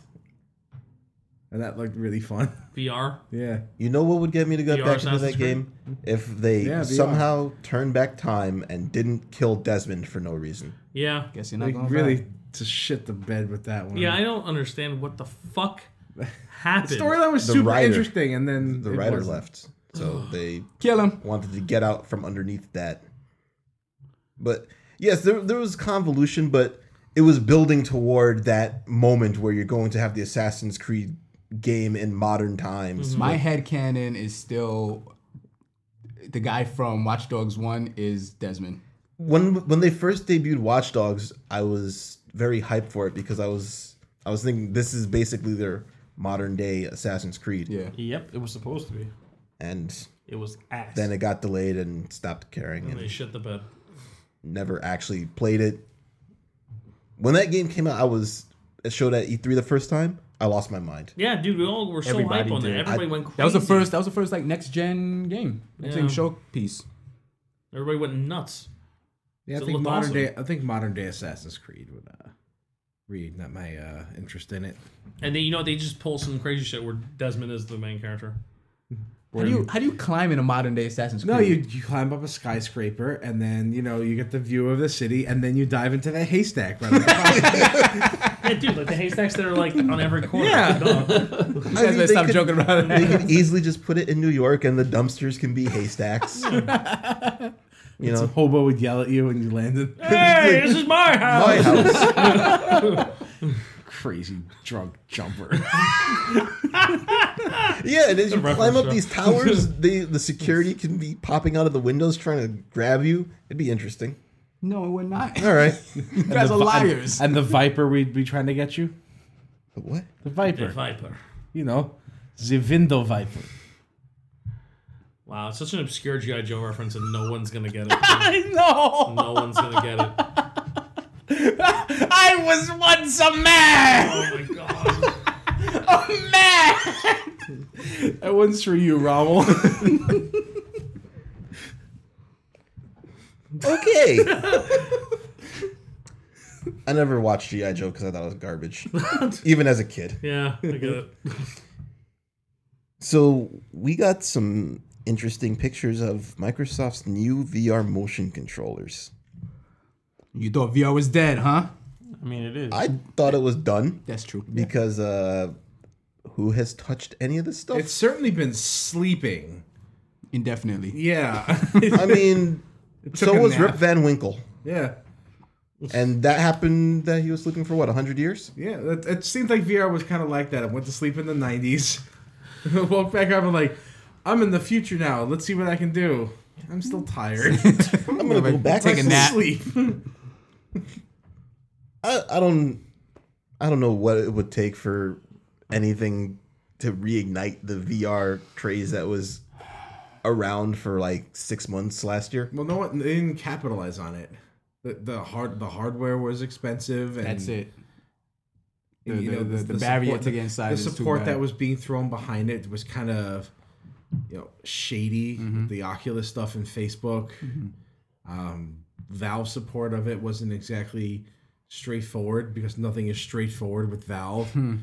S2: and that looked really fun.
S5: VR.
S2: Yeah,
S4: You know what would get me to go
S5: VR
S4: back into
S5: Assassin's
S4: that game? If they
S2: Yeah, VR.
S4: somehow turned back time and didn't kill Desmond for no reason.
S5: Yeah.
S1: Guess you're not
S2: like
S1: going
S2: really
S1: back.
S2: to shit the bed with that one.
S5: Yeah, I don't understand what the fuck
S2: the
S5: happened.
S2: storyline was
S4: The
S2: super
S4: writer-
S2: interesting, and then
S4: The
S2: it
S4: writer
S2: wasn't.
S4: left. So they
S1: Kill him.
S4: wanted to get out from underneath that. But yes, there, there was convolution, but it was building toward that moment where you're going to have the Assassin's Creed game in modern times.
S1: My head canon is still the guy from Watch Dogs One is Desmond.
S4: When when they first debuted Watch Dogs, I was very hyped for it because I was I was thinking this is basically their modern day Assassin's Creed.
S1: Yeah.
S3: Yep, it was supposed to be.
S4: And
S3: It was ass.
S4: then it got delayed and stopped caring
S5: They
S4: and
S5: shit the bed.
S4: never actually played it. When that game came out, I was it showed at E3 the first time. I lost my mind.
S5: Yeah, dude, we all were so
S1: Everybody
S5: hype on that.
S1: did.
S5: Everybody went crazy.
S1: That was the first. That was the first like next gen game. Next gen
S5: Yeah.
S1: showpiece.
S5: Everybody went nuts.
S2: Yeah, I
S5: So it
S2: think
S5: looked
S2: modern
S5: awesome.
S2: day. I think modern day Assassin's Creed would uh, read not my uh, interest in it.
S5: And then you know they just pull some crazy shit where Desmond is the main character.
S1: How do you how do you climb in a modern day Assassin's Creed?
S2: No, you you climb up a skyscraper and then you know you get the view of the city and then you dive into that haystack. Right at the bottom.
S5: Yeah, dude, like the haystacks that are like on every corner.
S2: Yeah.
S5: Duh.
S1: You guys better
S4: they
S1: stop
S4: could-
S1: joking around.
S4: They could easily just put it in New York, and the dumpsters can be haystacks. you
S2: Some
S4: know,
S2: hobo would yell at you when you landed.
S5: hey, this is my house.
S4: my house.
S2: Crazy drunk jumper.
S4: Yeah, and as you climb up
S5: reference,
S4: these towers, the the security can be popping out of the windows trying to grab you. It'd be interesting.
S1: No, we're not.
S4: All right,
S1: You guys are liars.
S2: and the viper we'd be trying to get you.
S4: but what?
S2: The viper,
S5: Viper.
S2: you know, the window viper.
S5: Wow, it's such an obscure GI Joe reference, and no one's gonna get it.
S2: I know.
S5: no one's gonna get it.
S2: I was once a man.
S5: Oh my god.
S2: A man. that one's for you, Rommel.
S4: Okay. I never watched GI Joe because I thought it was garbage, even as a kid.
S5: Yeah, I get it.
S4: So we got some interesting pictures of Microsoft's new VR motion controllers.
S1: You thought VR was dead, huh?
S3: I mean, it is.
S4: I thought it was done
S1: That's true.
S4: because uh, who has touched any of this stuff?
S2: it's certainly been sleeping.
S1: Indefinitely.
S2: Yeah.
S4: I mean,
S2: took
S4: so
S2: a
S4: was
S2: nap.
S4: Rip Van Winkle,
S2: yeah.
S4: and that happened that he was sleeping for what hundred years.
S2: Yeah, it, it seems like VR was kind of like that. It went to sleep in the 90s, woke back up and like, I'm in the future now. Let's see what I can do. I'm still tired.
S4: I'm gonna go back.
S1: Take a
S4: I-
S1: nap.
S2: Sleep.
S4: I, I don't, I don't know what it would take for anything to reignite the VR craze that was around for like six months last year.
S2: Well, no one they didn't capitalize on it. The, the hard the hardware was expensive. And,
S1: That's it. The,
S2: and, you
S1: the,
S2: know,
S1: the, the barrier
S2: support-
S1: to get inside
S2: the
S1: is too
S2: support
S1: bad.
S2: that was being thrown behind it was kind of you know shady
S1: Mm-hmm.
S2: the oculus stuff and facebook um, valve support of it wasn't exactly straightforward because nothing is straightforward with valve
S1: Hmm.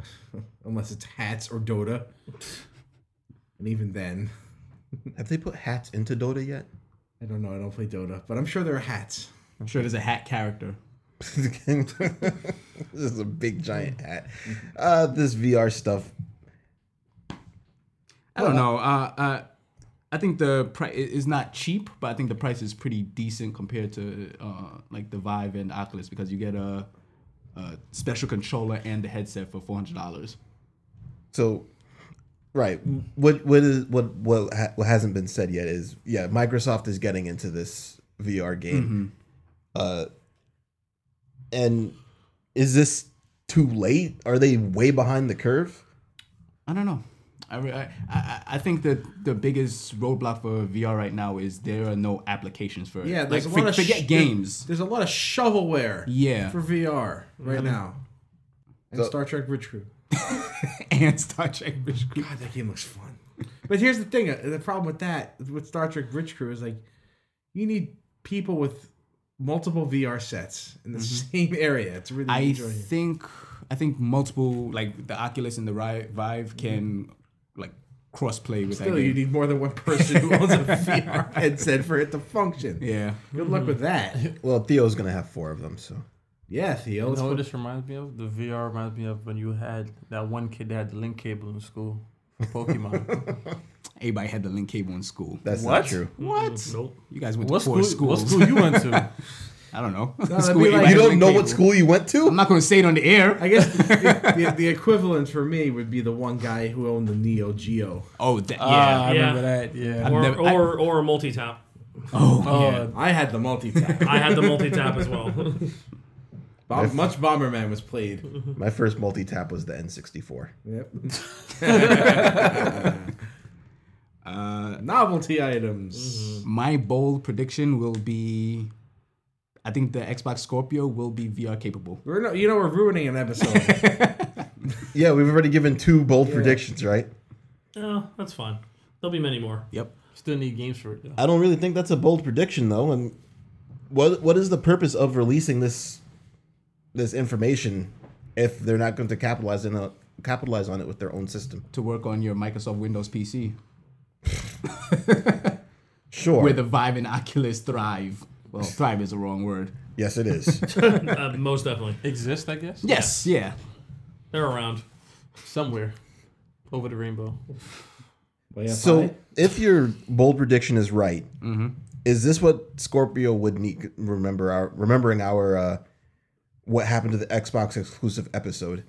S2: unless it's hats or dota and even then
S4: Have they put hats into Dota yet?
S2: i don't know i don't play dota but i'm sure there are hats
S1: I'm sure there's a hat character.
S4: this is a big giant hat.
S1: Mm-hmm.
S4: Uh, this VR stuff.
S1: I don't know. Uh, uh, I think the price is not cheap, but I think the price is pretty decent compared to uh, like the Vive and Oculus because you get a, a special controller and the headset for four hundred dollars.
S4: So, right. What what is what what, ha- what hasn't been said yet is yeah, Microsoft is getting into this VR game. Uh, and is this too late? Are they way behind the curve?
S1: I don't know. I, re- I, I I think that the biggest roadblock for VR right now is there are no applications for it.
S2: yeah
S1: like
S2: there's a
S1: for-
S2: lot of
S1: forget
S2: sh-
S1: games.
S2: there's a lot of shovelware
S1: Yeah.
S2: for vr right
S1: Mm-hmm.
S2: now and
S4: So-
S2: star trek Bridge Crew.
S1: and Star Trek. Bridge Crew.
S2: God, that game looks fun. But here's the thing: uh, the problem with that, with Star Trek Bridge Crew, is like you need people with multiple VR sets in the same area. It's really
S1: Mm-hmm. I
S2: enjoyable.
S1: think I think multiple like the Oculus and the Ri- Vive can like cross play with
S2: Still,
S1: that
S2: you
S1: game.
S2: need more than one person who owns a VR headset for it to function.
S1: yeah. Mm-hmm.
S2: Good luck with that.
S4: Well, Theo's gonna have four of them, so
S2: Yeah, Theo.
S3: You
S2: let's
S3: know
S2: put-
S3: what this reminds me of? The VR reminds me of when you had that one kid that had the link cable in school for Pokemon.
S1: Everybody had the link cable in school.
S4: that's
S3: What?
S4: not true.
S1: What?
S5: Nope.
S1: You guys went
S3: what
S1: to poor
S3: school? What
S1: schools.
S3: school you went to?
S1: I don't know.
S2: that'd
S1: School
S2: be
S1: you
S2: like-
S1: had
S4: You
S1: the
S4: don't
S1: link
S4: know
S1: cable.
S4: what school you went
S1: I'm
S4: to?
S1: not going to say it on the air.
S2: I guess the, the, the equivalent for me would be the one guy who owned the Neo Geo.
S1: Oh, that,
S3: Ah,
S1: yeah.
S3: I
S5: Uh, Yeah.
S3: remember that. Yeah.
S5: Or
S1: never- I-
S5: or, uh, or a multi tap.
S1: Oh,
S3: Oh,
S1: yeah.
S2: I had the multi tap.
S5: I had the multi tap as well.
S2: Bom- much Bomberman was played.
S4: My first multi tap was the N64.
S2: Yep.
S1: Uh,
S2: Novelty items.
S1: my bold prediction will be, I think the Xbox Scorpio will be VR capable.
S2: We're no, you know we're ruining an episode.
S4: Yeah, we've already given two bold predictions, right?
S5: No, Oh, that's fine. There'll be many more.
S1: Yep.
S3: Still need games for it though.
S4: I don't really think that's a bold prediction though. And what what is the purpose of releasing this this information if they're not going to capitalize in a, capitalize on it with their own system?
S1: To work on your Microsoft Windows PC,
S4: Sure.
S1: where the Vive and Oculus thrive. Well, thrive is the wrong word.
S4: yes, it is.
S5: Uh, most definitely.
S3: Exist, I guess.
S1: Yes, yeah.
S5: They're around.
S3: Somewhere. Over the rainbow.
S2: Way up high.
S4: so if your bold prediction is right, is this what Scorpio would need? Remember our remembering our uh, what happened to the Xbox exclusive episode.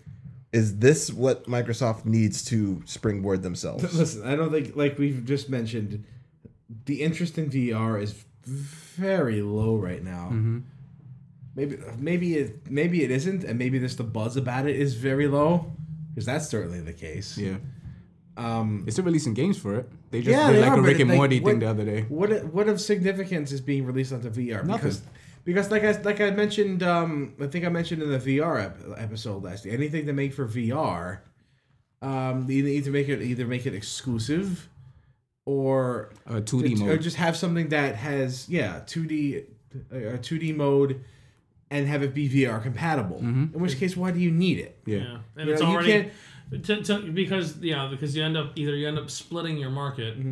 S4: Is this what Microsoft needs to springboard themselves?
S2: Listen, I don't think like we've just mentioned, the interest in VR is very low right now. Maybe maybe it maybe it isn't, and maybe just the buzz about it is very low, because that's certainly the case.
S1: Yeah.
S2: Um,
S1: They're still releasing games for it. They just
S2: Yeah,
S1: did
S2: they
S1: like
S2: are,
S1: a
S2: but
S1: Rick
S2: it-
S1: and
S2: like,
S1: Morty
S2: what-
S1: thing the other day.
S2: what what of significance is being released onto VR?
S1: Nothing.
S2: Because because like I like I mentioned, um, I think I mentioned in the VR ep- episode last year, anything they make for VR, um, they need to make it either make it exclusive, or
S1: Uh, 2D
S2: to-
S1: mode.
S2: or just have something that has yeah uh, 2D or 2D mode and have it be VR compatible.
S1: Mm-hmm.
S2: In which case, why do you need it?
S1: yeah.
S5: Yeah. And
S2: You
S5: it's
S2: know, you
S5: already to, to, because yeah, because you end up either you end up splitting your market
S2: Mm-hmm.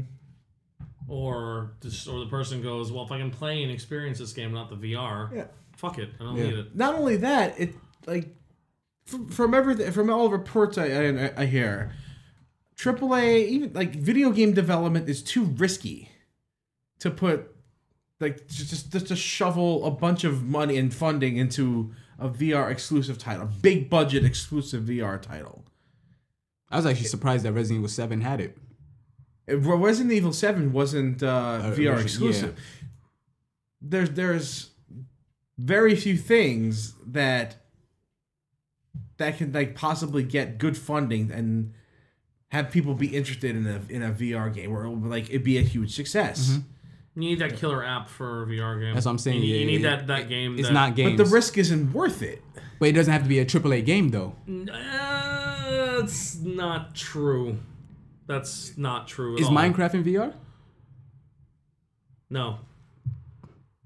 S5: or just or the person goes, Well if I can play and experience this game, not the VR,
S2: Yeah.
S5: fuck it. I don't
S1: Yeah.
S5: need it.
S2: Not only that, it like from, from everything from all reports I, I I hear, AAA even like video game development is too risky to put like just just, just to shovel a bunch of money and funding into a VR exclusive title, big budget exclusive VR title.
S1: I was actually surprised that Resident Evil 7 had it.
S2: It- Resident Evil Seven wasn't uh, VR
S1: was-
S2: exclusive. There's there's very few things that that can like possibly get good funding and have people be interested in a in a VR game or like it'd be a huge success.
S1: Mm-hmm.
S5: You need that killer app for a VR game.
S1: That's what I'm saying,
S5: You, need-
S1: yeah,
S5: you need
S1: yeah.
S5: that that game.
S1: It's
S5: that,
S1: not games.
S2: But the risk isn't worth it.
S1: But it doesn't have to be a AAA game though.
S5: Uh, it's not true. That's not true. At
S1: Is
S5: all.
S1: Minecraft in VR?
S5: No,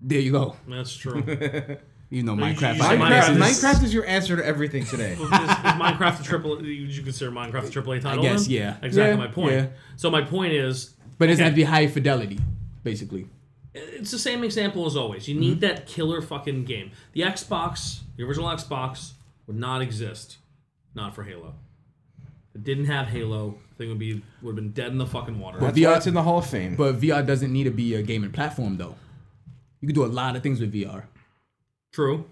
S1: There you go.
S5: that's true.
S1: You know
S5: you-
S1: Minecraft.
S5: you-
S1: I
S5: Minecraft
S2: Minecraft,
S1: guess,
S5: is-
S1: is-
S2: Minecraft is your answer to everything today.
S5: is, is Minecraft a triple? Would you consider Minecraft a triple A title?
S1: guess,
S5: then?
S1: yeah.
S5: Exactly
S1: Yeah,
S5: my point.
S1: yeah.
S5: So my point is,
S1: But it doesn't have to be high fidelity, basically.
S5: it's the same example as always. You
S1: Mm-hmm.
S5: need that killer fucking game. The Xbox, the original Xbox, would not exist, not for Halo. If it didn't have Halo, the thing would be would have been dead in the fucking water.
S2: That's
S1: VR
S2: why it's in the Hall of Fame.
S1: But VR doesn't need to be a gaming platform though. You can do a lot of things with VR.
S5: True,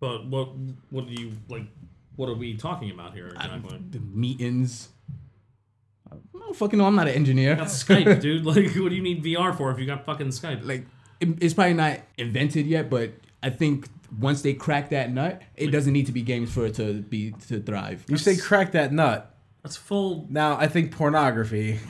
S5: but what what do you like? What are we talking about here exactly?
S1: The meetings. I don't fucking know. I'm not an engineer.
S5: That's Skype, dude. Like, what do you need VR for if you got fucking Skype?
S1: Like it, it's probably not invented yet, but I think once they crack that nut, it doesn't need to be games for it to be to thrive.
S2: you say crack that nut.
S5: That's full.
S2: Now I think pornography.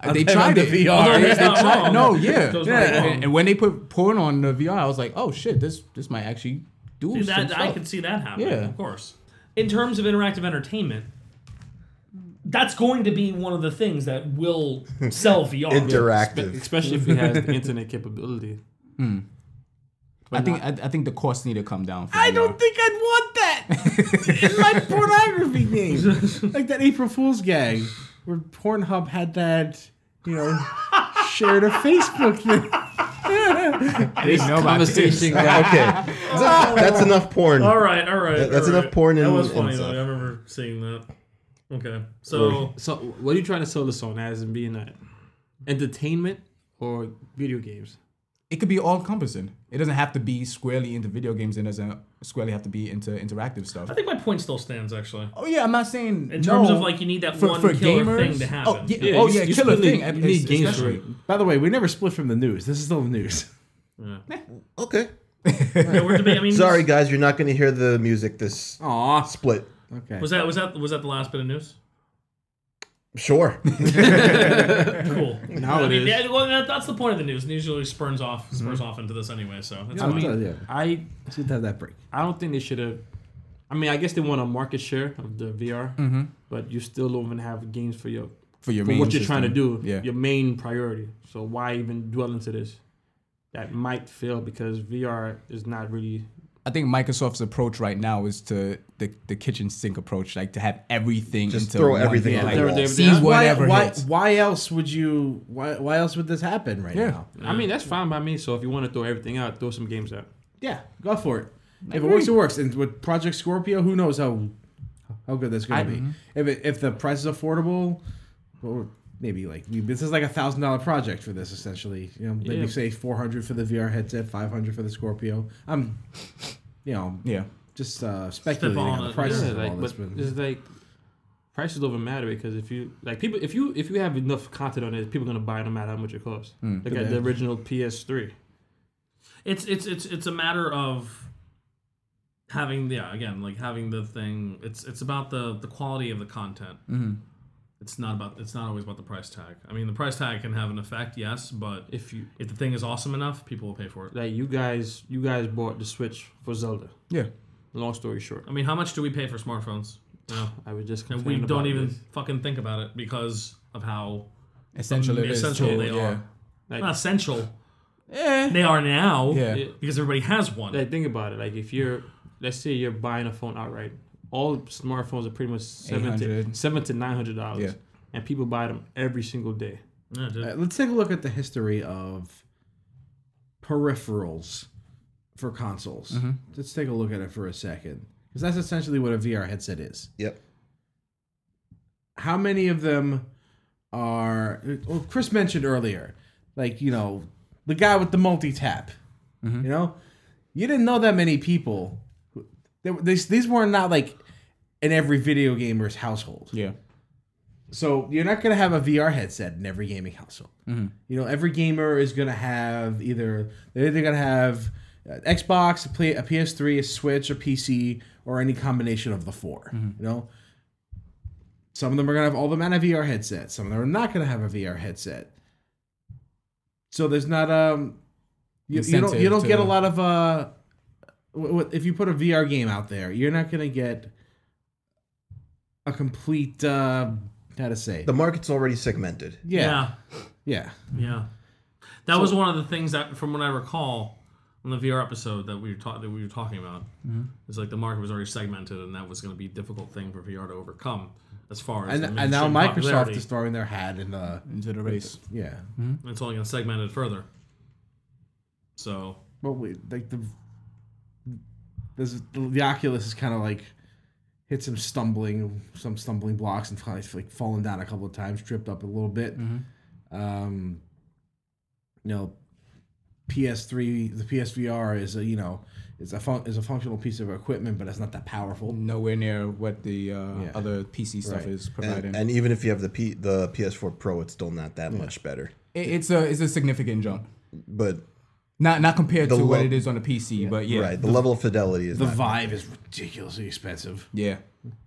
S1: Uh, they
S2: then
S1: tried
S2: on the
S1: it.
S2: VR.
S1: They-
S5: No, it's
S1: they
S5: not
S1: tried-
S5: wrong.
S1: No, yeah.
S5: So it's not
S1: yeah.
S5: wrong.
S1: And, and when they put porn on the VR, I was like, oh shit, this this might actually do
S5: Dude,
S1: some
S5: that I
S1: stuff.
S5: could see that happening.
S1: Yeah.
S5: Of course. In terms of interactive entertainment, that's going to be one of the things that will sell VR.
S4: Interactive.
S3: Especially if it has the internet capability.
S1: I think I, I think the costs need to come down. For
S2: I
S1: VR.
S2: don't think I'd want that in my pornography game. Like that April Fool's gag where Pornhub had that, you know, shared a Facebook thing.
S1: they know about this.
S6: conversation. guy.
S4: Okay, that's, that's enough porn.
S5: All right, all right.
S4: That- that's
S5: all
S4: enough
S5: right.
S4: porn
S5: That
S4: and-
S5: was
S4: and
S5: funny. though.
S4: stuff.
S5: I remember seeing that. Okay, so
S3: So, what are you trying to sell this on as and being that entertainment or video games?
S1: It could be all encompassing. It doesn't have to be squarely into video games and doesn't squarely have to be into interactive stuff.
S5: I think my point still stands actually.
S4: Uh,
S1: Oh yeah, I'm not saying
S5: In terms
S1: no.
S5: of like, you need that
S1: for,
S5: one
S1: for
S5: killer
S1: gamers.
S5: thing to happen.
S1: Oh yeah,
S3: Yeah,
S1: oh,
S3: you-
S1: yeah
S3: you
S1: killer
S3: still
S1: thing.
S3: need- you
S1: es-
S3: need games for
S1: especially.
S3: it.
S2: By the way, we never split from the news. This is still the news.
S4: Okay,
S5: Yeah, we're debating. I mean,
S4: sorry guys, you're not going to hear the music this
S3: Oh.
S2: Aw.
S4: split.
S2: Okay.
S5: Was that was that was that the last bit of news?
S4: Sure.
S5: Cool.
S3: Now
S5: I
S3: it
S5: mean,
S3: is. Mhm.
S5: yeah, well, that- that's the point of the news. News usually spurns off spurs off into this anyway, so it's
S2: I
S5: fine.
S2: mean, yeah.
S3: I
S2: It's good to have that break.
S3: I don't think they should have. I mean, I guess they want a market share of the VR, but you still don't even have games for your
S1: for Mm-hmm. your
S3: for
S1: main
S3: what you're trying to do.
S1: system. Yeah.
S3: Your main priority. So why even dwell into this? That might fail because VR is not really.
S1: I think Microsoft's approach right now is to the, the kitchen sink approach, like to have everything
S4: Just
S1: into
S4: throw
S1: one
S4: everything
S1: thing,
S4: at the
S1: like,
S4: wall.
S3: They're-
S1: seize
S3: they're-
S1: whatever
S2: why,
S1: hits.
S2: why else would you why why else would this happen right
S1: Yeah.
S2: now?
S3: I mean, that's fine by me. So if you want to throw everything out, throw some games out.
S2: Yeah, go for it. If it works, it works. And with Project Scorpio, who knows how how good that's going
S3: I-
S2: to be? If it, if the price is affordable, or maybe like we- this is like a thousand dollar project for this essentially. You know, maybe
S3: Yeah.
S2: say four hundred for the VR headset, five hundred for the Scorpio. I'm, you know,
S1: Yeah.
S2: just uh, speculating
S5: Spitballing
S2: on the
S5: it,
S2: prices
S3: Yeah,
S2: of all
S3: like,
S2: this.
S3: but
S2: But
S3: it's like prices don't even matter because if you like people, if you if you have enough content on it, people are gonna buy it no matter how much it costs.
S1: Mm.
S3: Look at the
S2: Yeah.
S3: original PS3.
S5: It's it's it's it's a matter of having yeah again like having the thing. It's it's about the the quality of the content.
S3: Mm-hmm.
S5: It's not about it's not always about the price tag. I mean, the price tag can have an effect, yes, but if
S3: If you
S5: if the thing is awesome enough, people will pay for it.
S3: like, you guys you guys bought the Switch for Zelda.
S1: Yeah.
S3: Long story short,
S5: I mean, how much do we pay for smartphones? You know,
S3: I was just
S5: and we
S3: complaining
S5: don't
S3: about
S5: even
S3: this.
S5: fucking think about it because of how
S1: Essential it is.
S5: essential
S1: too,
S5: they
S1: yeah.
S5: are.
S3: Like,
S5: not essential
S1: Eh.
S5: they are now.
S1: Yeah.
S3: Yeah.
S5: Because everybody has one.
S3: like think about it. Like if you're let's say you're buying a phone outright, all smartphones are pretty much seven to
S1: 800.
S3: seven to nine hundred dollars.
S1: Yeah.
S3: And people buy them every single day.
S5: Yeah, dude.
S2: uh, let's take a look at the history of peripherals for consoles.
S3: Mm-hmm.
S2: Let's take a look at it for a second, because that's essentially what a VR headset is.
S4: Yep.
S2: how many of them are well chris mentioned earlier like you know the guy with the multi-tap you know you didn't know that many people who- they, these, these were not like in every video gamer's household
S1: Yeah.
S2: so you're not going to have a vr headset in every gaming household
S1: Mm-hmm.
S2: you know every gamer is going to have either they're either going to have uh, xbox a, play, a ps3 a switch a pc or any combination of the 4
S1: Mm-hmm.
S2: you know some of them are gonna have all of them and a VR headset. Some of them are not gonna have a VR headset. So there's not um you, you don't you
S1: Incentive
S2: don't
S1: to-
S2: get a lot of uh w- w- if you put a VR game out there, you're not gonna get a complete uh how to say
S4: The market's already segmented.
S2: yeah yeah
S5: Yeah. That was one of the things that, from what I recall, on the VR episode that we were, ta- that we were talking about,
S1: Mm-hmm.
S5: it's like the market was already segmented, and that was going to be a difficult thing for VR to overcome as far as
S2: and
S5: the
S2: and now
S5: mainstream
S2: Microsoft
S5: popularity.
S2: is throwing their hat in the
S1: Into the race.
S2: yeah
S5: it's only going to segment it further. So
S2: well we like the this is- the, the Oculus is kind of like hit some stumbling some stumbling blocks and finally like fallen down a couple of times, tripped up a little bit. Um, you know, PS3 the PSVR is a you know is a fun, is a functional piece of equipment, but it's not that powerful.
S1: Nowhere near what the uh,
S2: Yeah.
S1: other PC stuff
S2: Right.
S1: is providing.
S4: And, and even if you have the P, the PS4 Pro, it's still not that much better.
S1: It- it's a it's a significant jump.
S4: But
S1: Not not compared
S4: The
S1: to what
S4: lo-
S1: it is on a PC, but yeah.
S4: right, the, level of fidelity is
S2: The
S4: not.
S2: Vive is ridiculously expensive.
S1: Yeah.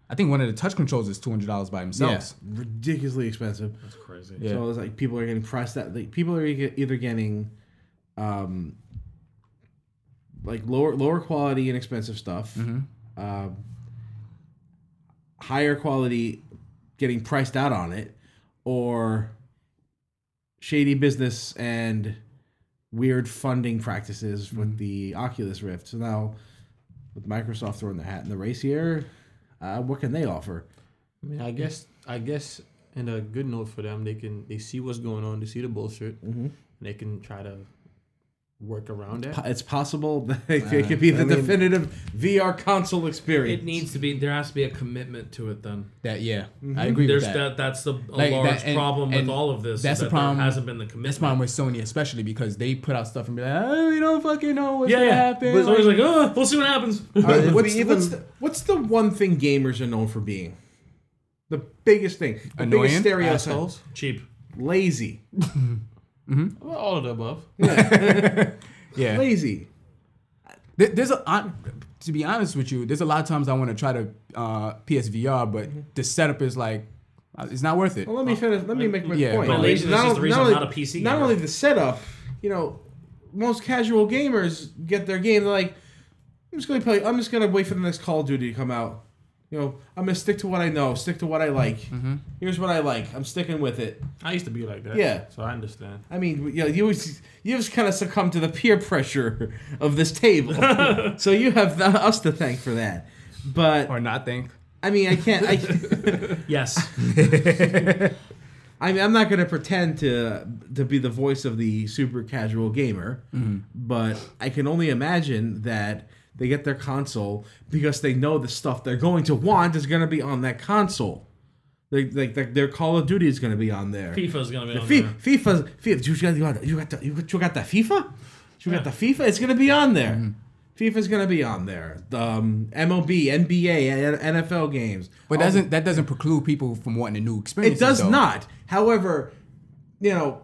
S1: I think one of the touch controls is two hundred dollars by themselves.
S2: Yeah, ridiculously expensive.
S5: that's crazy.
S1: Yeah.
S2: So it's like people are getting priced that like people are e- either getting um like lower lower quality inexpensive stuff. Um higher quality getting priced out on it or shady business and weird funding practices with the Oculus Rift. So now, with Microsoft throwing their hat in the race here, uh, what can they offer?
S3: I mean, I guess, I guess, and a good note for them, they can they see what's going on, they see the bullshit,
S1: Mm-hmm.
S3: and they can try to work around it.
S2: Po- It's possible that it could be the definitive VR console experience.
S5: It needs to be. There has to be a commitment to it. Then
S1: That yeah, I agree
S5: Mm-hmm. there's
S1: with
S5: that.
S1: that.
S5: That's the a
S1: Like,
S5: large
S1: that- and-
S5: problem with
S1: and
S5: all of this. is
S1: that's
S5: that
S1: the problem-
S5: There hasn't been the commitment.
S1: That's problem with Sony, especially because they put out stuff and be like, oh, we don't fucking know what's
S5: yeah,
S1: gonna
S5: yeah.
S1: happen.
S5: But it's always like, oh, we'll see what happens.
S4: But if we
S2: what's,
S4: even-
S2: what's, the, what's the one thing gamers are known for being? The biggest thing. The biggest
S1: Annoying
S2: stereotype.
S1: assholes.
S5: Cheap.
S2: Lazy.
S3: Well, all of the above.
S1: yeah.
S2: Lazy.
S1: There- There's a I, to be honest with you, there's a lot of times I want to try to uh, PSVR, but
S5: Mm-hmm.
S1: the setup is like uh, it's not worth it.
S2: Well, let me finish. Let me make my
S1: yeah,
S2: point.
S1: but
S5: laziness
S2: Not-
S5: is the reason
S2: not only,
S5: I'm not a PC
S2: Not
S5: gamer.
S2: only the setup, you know, most casual gamers get their game. They're like, I'm just gonna play. I'm just gonna wait for the next Call of Duty to come out. You know, I'm gonna stick to what I know. Stick to what I like. Here's what I like. I'm sticking with it.
S3: I used to be like that.
S2: Yeah.
S3: So I understand.
S2: I mean, you know, you always- you just kind of succumb to the peer pressure of this table, so you have th- us to thank for that. But
S1: Or not think.
S2: I mean, I can't. I,
S5: Yes.
S2: I mean, I'm not going to pretend to to be the voice of the super casual gamer, but I can only imagine that they get their console because they know the stuff they're going to want is going to be on that console. Like, like, like their Call of Duty is going to be on there.
S5: FIFA is gonna be on
S2: Fi-
S5: there.
S2: FIFA, FIFA, you got, you got, you got, the, you got, you got the FIFA. You got the FIFA. It's gonna be on there.
S1: Mm-hmm.
S2: FIFA's gonna be on there. Um, MLB, NBA, N- NFL games.
S1: But
S2: All-
S5: oh.
S1: doesn't that doesn't preclude people from wanting a new experience?
S2: it does
S1: though.
S2: not. However, you know,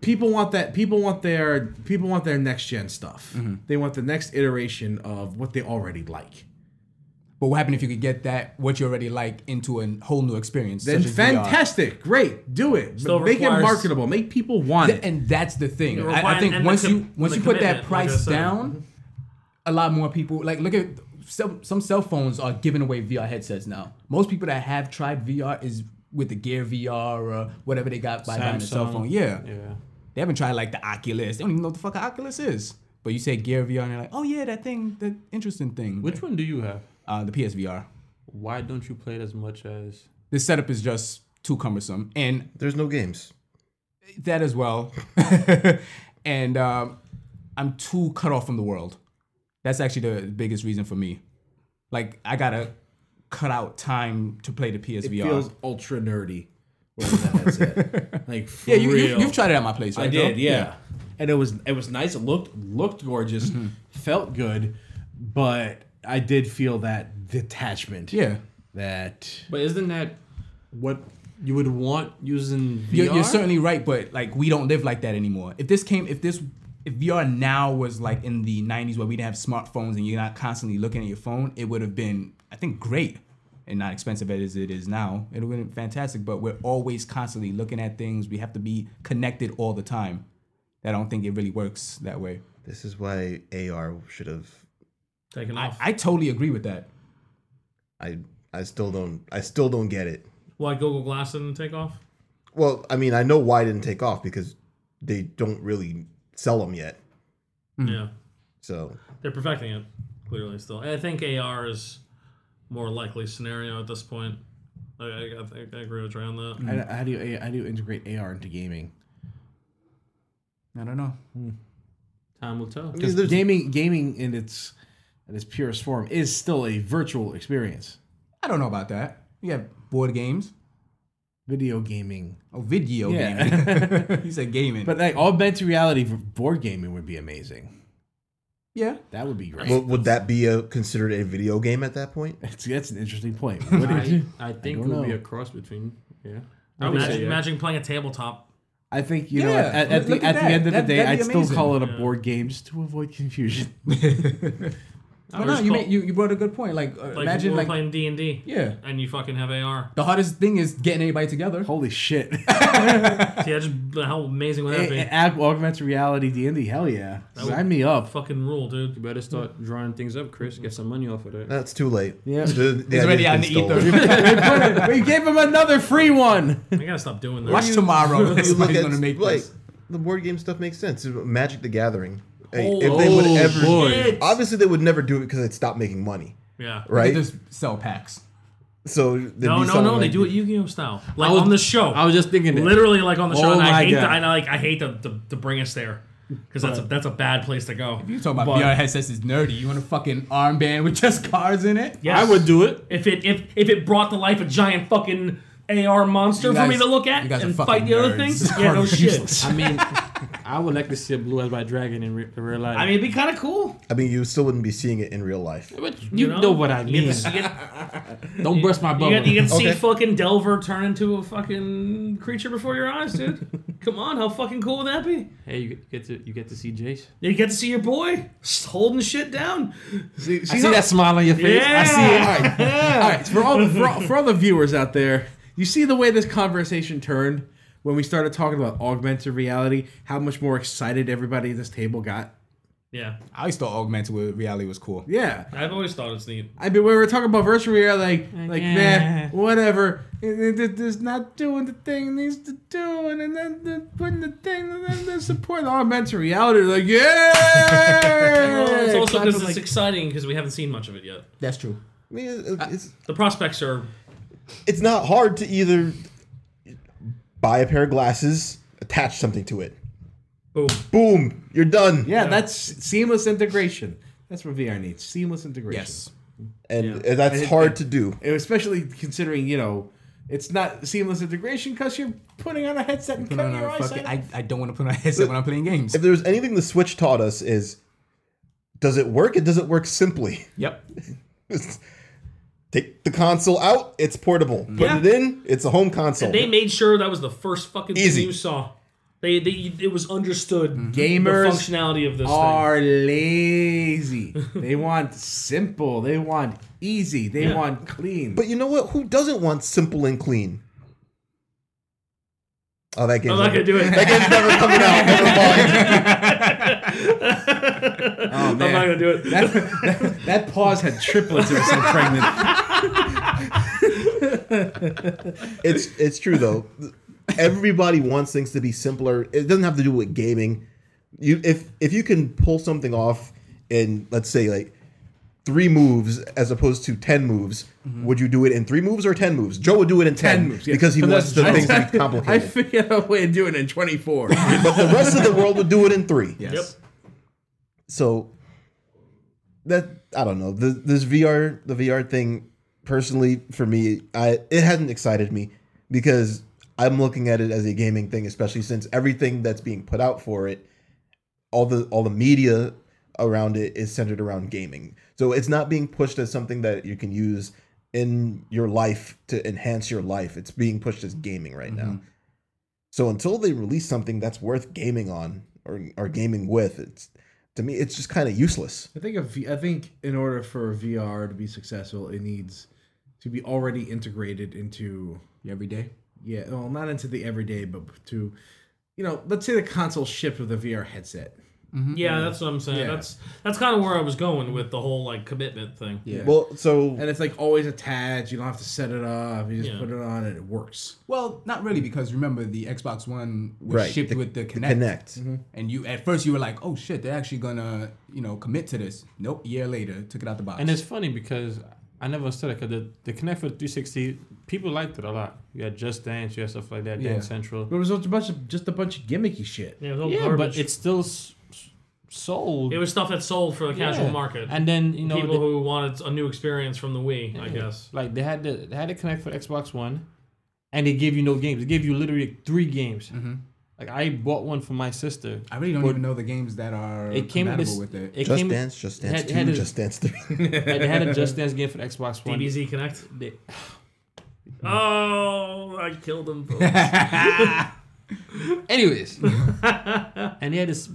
S2: people want that. People want their people want their next gen stuff.
S1: Mm-hmm.
S2: They want the next iteration of what they already like.
S1: But what happened if you could get that what you already like into a whole new experience?
S2: Then
S1: such as VR?
S2: fantastic, great, do it.
S5: Still
S2: make it
S5: requires-
S2: marketable. Make people want
S1: Th-
S2: it.
S1: and that's the thing.
S5: You're
S1: I, I
S5: required-
S1: think
S5: and the
S1: once
S5: com-
S1: you once
S5: the
S1: you put that
S5: commitment, like I
S1: price
S5: said.
S2: Mm-hmm.
S1: down, a lot more people like look at some some cell phones are giving away VR headsets now. Most people that have tried VR is with the Gear VR or whatever they got by buying a cell
S3: Samsung.
S1: phone. Yeah.
S3: Yeah.
S1: they haven't tried like the Oculus. They don't even know what the fuck an Oculus is. But you say Gear VR and they're like, oh yeah, that thing, that interesting thing.
S3: Which one do you have?
S1: Uh, the PSVR.
S3: Why don't you play it as much as?
S1: The setup is just too cumbersome, and
S4: There's no games.
S1: that as well. and um, I'm too cut off from the world. That's actually the biggest reason for me. Like I gotta cut out time to play the
S2: It
S1: PSVR.
S2: feels ultra nerdy. wearing that headset. like for
S1: yeah, you,
S2: real.
S1: you, have tried it at my place, right?
S2: I did,
S1: Joe?
S2: yeah. And it was it was nice. It looked looked gorgeous,
S1: Mm-hmm.
S2: felt good, but I did feel that detachment.
S1: yeah.
S2: That
S3: But isn't that what you would want using VR?
S1: You're, you're certainly right, but like we don't live like that anymore. If this came, if this, if VR now was like in the '90s where we didn't have smartphones and you're not constantly looking at your phone, it would have been, I think, great and not expensive as it is now. It would have been fantastic, but we're always constantly looking at things. We have to be connected all the time. I don't think it really works that way.
S4: This is why AR should have.
S5: Taking
S1: I,
S5: off.
S1: I totally agree with that.
S4: I I still don't. I still don't get it.
S5: Why Google Glass didn't take off?
S4: Well, I mean, I know why it didn't take off because they don't really sell them yet.
S1: Hmm.
S5: Yeah.
S4: So
S5: They're perfecting it, clearly still. I think AR is more likely scenario at this point. I, I, I, think- I agree with Trey on that.
S2: how, how do you how do you integrate AR into gaming?
S1: I don't know.
S3: Time will tell.
S4: I mean,
S2: Because
S4: there's-
S2: gaming gaming in its in its purest form is still a virtual experience.
S1: I don't know about that. You have board games,
S2: Video gaming,
S1: oh, video
S2: Yeah.
S1: gaming. you said gaming,
S2: but like augmented reality for board gaming would be amazing.
S1: yeah,
S2: That would be great.
S4: Well, would that be a, considered a video game at that point?
S2: that's, that's an interesting point. Would it?
S3: I, I think it
S2: don't
S3: would be
S2: know.
S3: a cross between. Yeah. I would
S5: Imagine,
S3: say, yeah.
S5: imagine playing a tabletop.
S2: I think you know
S1: Yeah,
S2: at, at
S1: look-
S2: the,
S1: look at
S2: at the
S1: that.
S2: end of the
S1: That-
S2: day,
S1: that'd
S2: I'd
S1: be
S2: still
S1: amazing.
S2: call it a
S5: Yeah.
S2: board game just to avoid confusion.
S1: Well,
S5: I would
S1: no,
S5: just
S1: you,
S5: call-
S1: made, you you brought a good point. Like, uh,
S5: like
S1: imagine
S5: we're
S1: like
S5: playing D and D,
S1: yeah.
S5: and you fucking have AR.
S1: The hardest thing is getting anybody together.
S2: Holy shit!
S5: See, I just how amazing would
S1: Eh,
S5: that
S2: A-
S5: be?
S2: a- aug- augmented reality D and D. Hell yeah!
S5: would-
S2: Sign me up.
S5: Fucking rule,
S3: You
S5: dude.
S3: better start drawing things up, Chris. Get some money off of that.
S4: That's too late.
S2: Yeah.
S4: The- the idea's
S1: already
S4: been
S1: out in the
S4: stolen.
S1: ether.
S2: we gave him another free one.
S5: I gotta stop doing that.
S1: Watch tomorrow.
S4: You look
S1: Somebody's
S4: at,
S1: gonna make
S4: like,
S1: this.
S4: the board game stuff makes sense. Magic the Gathering. Hey,
S5: Oh,
S4: if they would ever,
S5: boy.
S4: obviously they would never do it because it stopped making money,
S5: Yeah.
S1: They
S4: right?
S1: just sell packs.
S4: so
S5: No, no, no. They do it Yu-Gi-Oh style, like
S3: was-
S5: on the show.
S3: I was just thinking that.
S5: literally like on the show.
S3: Oh
S5: and
S3: my
S5: I hate
S3: God.
S5: that. And I like I hate to, to, to bring us there because that's a that's a bad place to go.
S1: You talking about
S5: But-
S1: VR headsets is nerdy. You want a fucking armband with just cards in it?
S5: Yes.
S3: I would do it.
S5: if it if if it brought to life a giant fucking AR monster
S1: You
S5: for me
S1: guys-
S5: to look
S1: you
S5: at
S1: guys are
S5: and
S1: fucking
S5: fight the other
S1: nerds.
S5: things.
S1: This
S5: Yeah,
S1: card
S5: no
S1: is
S5: shit.
S1: useless.
S3: I mean, I would like to see a Blue Eyes by Dragon in, re- in real life.
S5: I mean, it'd be kind of cool.
S4: I mean, you still wouldn't be seeing it in real life.
S3: But you, know, what I
S5: You
S3: mean.
S5: get to see it.
S3: Don't burst my
S5: You
S3: bubble.
S5: get- you can see
S4: Okay.
S5: fucking Delver turn into a fucking creature before your eyes, dude. Come on, how fucking cool would that be?
S3: hey, you get to you get to see Jace.
S5: You get to see your boy holding shit down.
S2: See, see that smile on your face? I see it. All right. All right. For all, for all for all the viewers out there, you see the way this conversation turned when we started talking about augmented reality, how much more excited everybody at this table got.
S5: Yeah,
S1: I always thought augmented with reality was cool.
S2: Yeah.
S5: I've always thought it's neat.
S2: I mean, when we were talking about virtual reality, like, like,
S3: Yeah.
S2: man, whatever. It, it- it- it's not doing the thing it needs to do, and then then the, putting the thing, and then the support augmented reality. Like,
S3: Uh,
S2: yeah.
S5: Well, it's also
S2: Clapping
S5: because it's
S2: like-
S5: exciting because we haven't seen much of it yet.
S1: That's true.
S4: I mean, it- it's
S5: The prospects are
S4: it's not hard to either buy a pair of glasses, attach something to it,
S5: boom.
S4: boom, you're done.
S2: yeah, that's seamless integration. That's what VR needs: seamless integration.
S1: Yes.
S4: and
S5: Yeah.
S4: that's
S2: It-
S4: hard
S2: it-
S4: to do.
S2: And especially considering you know it's not seamless integration because you're putting on a headset and
S1: Put on
S2: cutting your
S1: a fucking-
S2: eyesight. out.
S1: I, I don't want to put on a headset when I'm playing games.
S4: If there's anything the Switch taught us is, does it work? It doesn't work simply.
S1: Yep.
S4: Take the console out. It's portable. Put
S5: Yeah.
S4: it in. It's a home console.
S5: They made sure that was the first fucking
S4: Easy.
S5: thing you saw. They, they it was understood
S3: Mhm.
S5: the
S2: Gamers
S5: functionality of this thing.
S2: are lazy. they want simple. They want easy. They
S5: Yeah.
S2: want clean.
S4: But you know what? Who doesn't want simple and clean? Oh, that game's
S5: I'm not
S4: never,
S5: gonna do it.
S4: that game's never coming out. Never mind.
S2: oh
S5: I'm not gonna do it.
S2: That, that, that pause had triplets or something pregnant.
S4: It's it's true though. Everybody wants things to be simpler. It doesn't have to do with gaming. You if if you can pull something off in let's say like three moves as opposed to ten moves, would you do it in three moves or ten moves? Joe would do it in ten,
S2: 10 moves, yeah.
S4: because he
S2: But
S4: wants the
S2: I-
S4: things to be
S2: I
S4: complicated.
S2: figured out a way to do it in 24.
S4: but the rest of the world would do it in three.
S1: Yes.
S5: Yep.
S4: so that I don't know the, this VR the VR thing personally for me I it hasn't excited me because I'm looking at it as a gaming thing especially since everything that's being put out for it all the all the media around it is centered around gaming so it's not being pushed as something that you can use in your life to enhance your life it's being pushed as gaming right now so until they release something that's worth gaming on or or gaming with it's to me it's just kind of useless
S2: I think a v- I think in order for VR to be successful, it needs to be already integrated into
S1: You every day.
S2: yeah, well, not into the everyday, but to you know, let's say the console shipped with a VR headset.
S5: Yeah, that's what I'm saying.
S2: Yeah.
S5: That's that's kind of where I was going with the whole like commitment thing.
S2: Yeah.
S4: well so
S2: and it's like always attached. You don't have to set it up. You just
S5: Yeah.
S2: put it on and it works.
S1: Well, not really, because remember the Xbox One was
S4: Right,
S1: shipped
S4: the-
S1: with the Kinect,
S4: connect
S1: Mm-hmm. and you at first you were like, "Oh shit, they're actually gonna you know commit to this." Nope, year later, took it out the box.
S3: And it's funny because I never understood it because the, the Connect for 360, people liked it a lot. You had Just Dance, you had stuff like that,
S1: Yeah.
S3: Dance Central.
S2: But it was just a bunch of just a bunch of gimmicky shit.
S5: Yeah, it was all
S3: Yeah,
S5: garbage.
S3: but it's still s- s- sold.
S5: it was stuff that sold for the casual
S3: Yeah.
S5: market.
S3: And then, you know,
S5: People
S3: the-
S5: who wanted a new experience from the Wii, I guess.
S3: like they had to, they had to Connect for Xbox One and they gave you no games. They gave you literally three games. Like I bought one for my sister.
S1: Mm-hmm. I really don't
S3: But
S1: even know the games that are
S3: It came with
S1: compatible
S3: this.
S1: with it.
S3: it
S4: just
S3: came,
S4: dance just dance
S3: had-
S4: 2
S3: had a-
S4: just dance 3
S3: Like, they had a Just Dance game for the Xbox One.
S5: DBZ Connect.
S3: They-
S5: Oh, I killed them both.
S3: Anyways, and they had this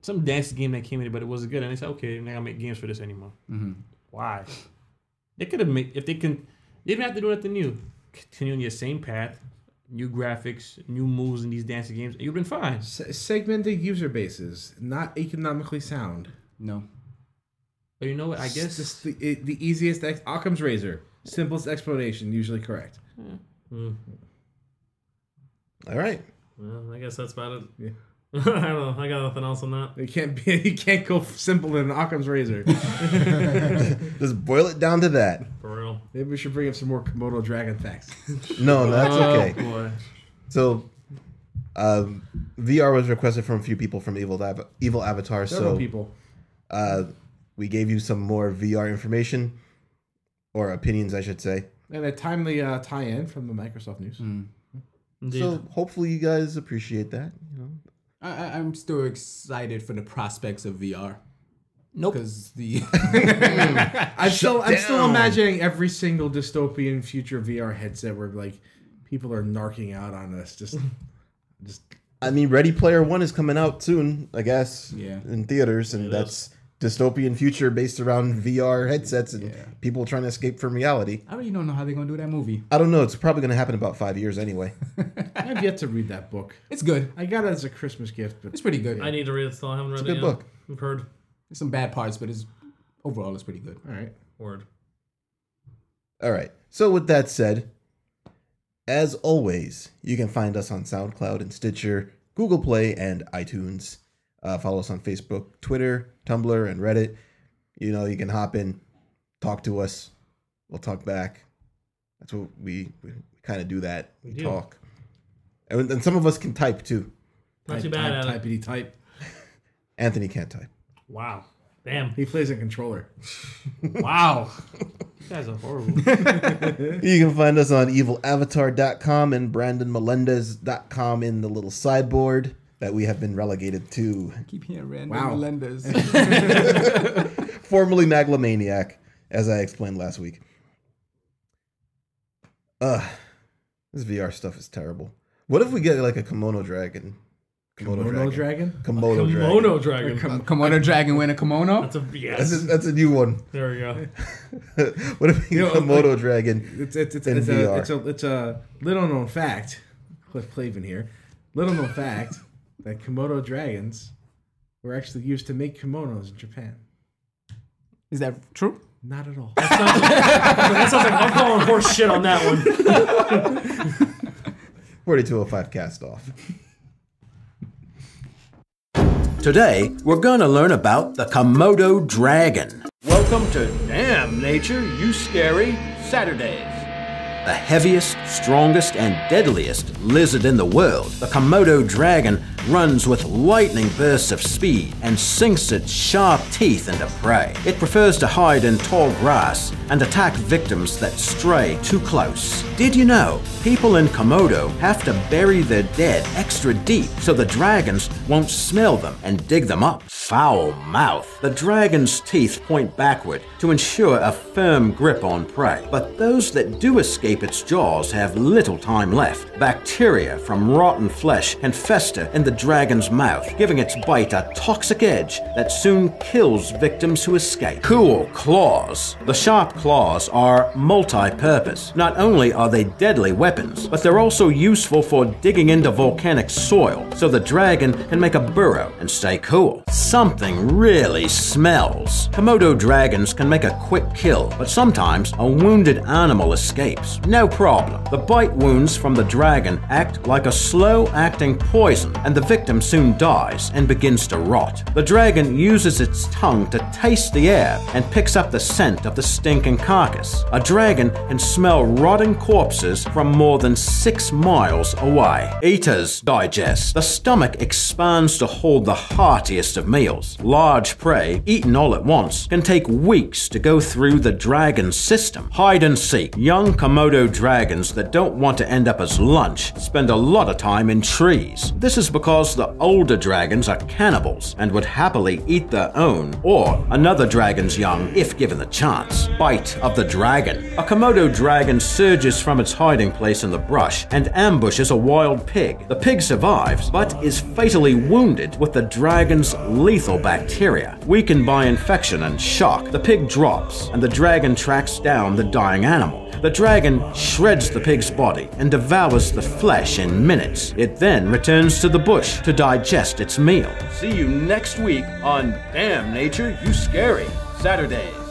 S3: some dance game that came in, but it wasn't good. And they said, okay, they're not gonna make games for this anymore.
S4: Mm-hmm.
S3: Why? They could have made if they can. They didn't have to do nothing new. Continue on your same path, new graphics, new moves in these dancing games. You've been fine.
S2: Se- segmented user bases, not economically sound.
S1: No,
S3: But you know what? I guess
S2: Just the, it, the easiest ex- Occam's razor, simplest explanation, usually correct.
S4: all right
S5: Well, I guess that's about it.
S2: Yeah.
S5: I don't know. I got nothing else on that.
S2: It can't be. You can't go simple than Occam's razor.
S4: Just boil it down to that.
S5: For real.
S2: Maybe we should bring up some more Komodo dragon facts.
S4: No, that's okay.
S3: Oh, boy.
S4: So, um, VR was requested from a few people from Evil Av- Evil Avatar.
S2: Several
S4: so
S2: people.
S4: Uh, we gave you some more VR information or opinions, I should say.
S2: And a timely uh, tie-in from the Microsoft news.
S5: Indeed.
S4: So hopefully you guys appreciate that. You know,
S1: I, I, I'm still excited for the prospects of VR. Nope. Because the
S2: I'm still, I'm still
S4: down.
S2: imagining every single dystopian future VR headset where like people are narking out on us. Just, just
S4: I mean, Ready Player One is coming out soon, I guess.
S1: Yeah.
S4: In theaters, and that's dystopian future based around VR headsets and
S1: Yeah.
S4: people trying to escape from reality.
S1: I really don't know how they're gonna do that movie.
S4: I don't know. It's probably going to happen in about five years anyway.
S2: I've yet to read that book.
S1: It's good.
S2: I got it as a Christmas gift, but
S1: It's pretty good.
S5: I need to read it still. I haven't read
S4: a
S5: it
S4: good
S5: yet.
S4: book.
S5: I've heard.
S1: There's some bad parts, but it's overall it's pretty good.
S2: all right.
S5: Word.
S4: All right. So with that said, as always, you can find us on SoundCloud and Stitcher, Google Play, and iTunes. Uh, follow us on Facebook, Twitter, Tumblr, and Reddit. You know, you can hop in, talk to us. We'll talk back. That's what we, we kind of do. That we
S5: do.
S4: talk, and, and some of us can type too.
S5: Not
S2: Type,
S5: too bad
S2: type,
S5: at
S2: typey
S5: it.
S2: type.
S4: Anthony can't type.
S5: Wow. Damn.
S2: He plays a controller.
S5: Wow. you guys are horrible.
S4: You can find us on evilavatar.com and brandonmelendez.com in the little sideboard that we have been relegated to.
S1: Keep hearing random
S2: Wow.
S1: lenders.
S4: formerly Maglamaniac, as I explained last week. Ugh, this VR stuff is terrible. What if we get like a kimono dragon? Komodo,
S2: Komodo dragon.
S4: Komodo dragon.
S5: Kimono dragon.
S1: A kimono dragon win a kimono.
S5: That's a
S4: That's a,
S5: yes.
S4: that's a new one.
S5: There we go.
S4: what if we get
S2: You know,
S4: Komodo dragon?
S2: It's it's it's,
S4: In
S2: it's, a,
S4: VR.
S2: it's a it's a little known fact. Cliff Clavin here. Little known fact that Komodo dragons were actually used to make kimonos in Japan.
S1: Is that true?
S2: Not at all.
S5: That sounds like I'm calling horse shit on that one.
S4: 4205 cast off.
S6: Today, we're going to learn about the Komodo dragon,
S7: Welcome to Damn Nature, You Scary Saturdays.
S6: the heaviest, strongest, and deadliest lizard in the world. The Komodo dragon runs with lightning bursts of speed and sinks its sharp teeth into prey. It prefers to hide in tall grass and attack victims that stray too close. Did you know people in Komodo have to bury their dead extra deep so the dragons won't smell them and dig them up? Foul mouth. The dragon's teeth point backward to ensure a firm grip on prey, but those that do escape its jaws have little time left. Bacteria from rotten flesh can fester in the dragon's mouth, giving its bite a toxic edge that soon kills victims who escape. Cool claws. The sharp claws are multi purpose. Not only are they deadly weapons, but they're also useful for digging into volcanic soil so the dragon can make a burrow and stay cool. Something really smells. Komodo dragons can make a quick kill, but sometimes a wounded animal escapes. No problem. The bite wounds from the dragon act like a slow acting poison, and the victim soon dies and begins to rot. The dragon uses its tongue to taste the air and picks up the scent of the stinking carcass. A dragon can smell rotting corpses from more than six miles away. Eaters digest. The stomach expands to hold the heartiest of meals. Large prey, eaten all at once, can take weeks to go through the dragon's system. Hide and seek. Young Komodo dragons that don't want to end up as lunch spend a lot of time in trees. This is because the older dragons are cannibals and would happily eat their own or another dragon's young if given the chance. Bite of the dragon. A Komodo dragon surges from its hiding place in the brush and ambushes a wild pig. The pig survives but is fatally wounded with the dragon's lethal bacteria. Weakened by infection and shock, the pig drops and the dragon tracks down the dying animal. The dragon shreds the pig's body and devours the flesh in minutes. It then returns to the bush to digest its meal. See you next week on Damn Nature, You Scary Saturdays.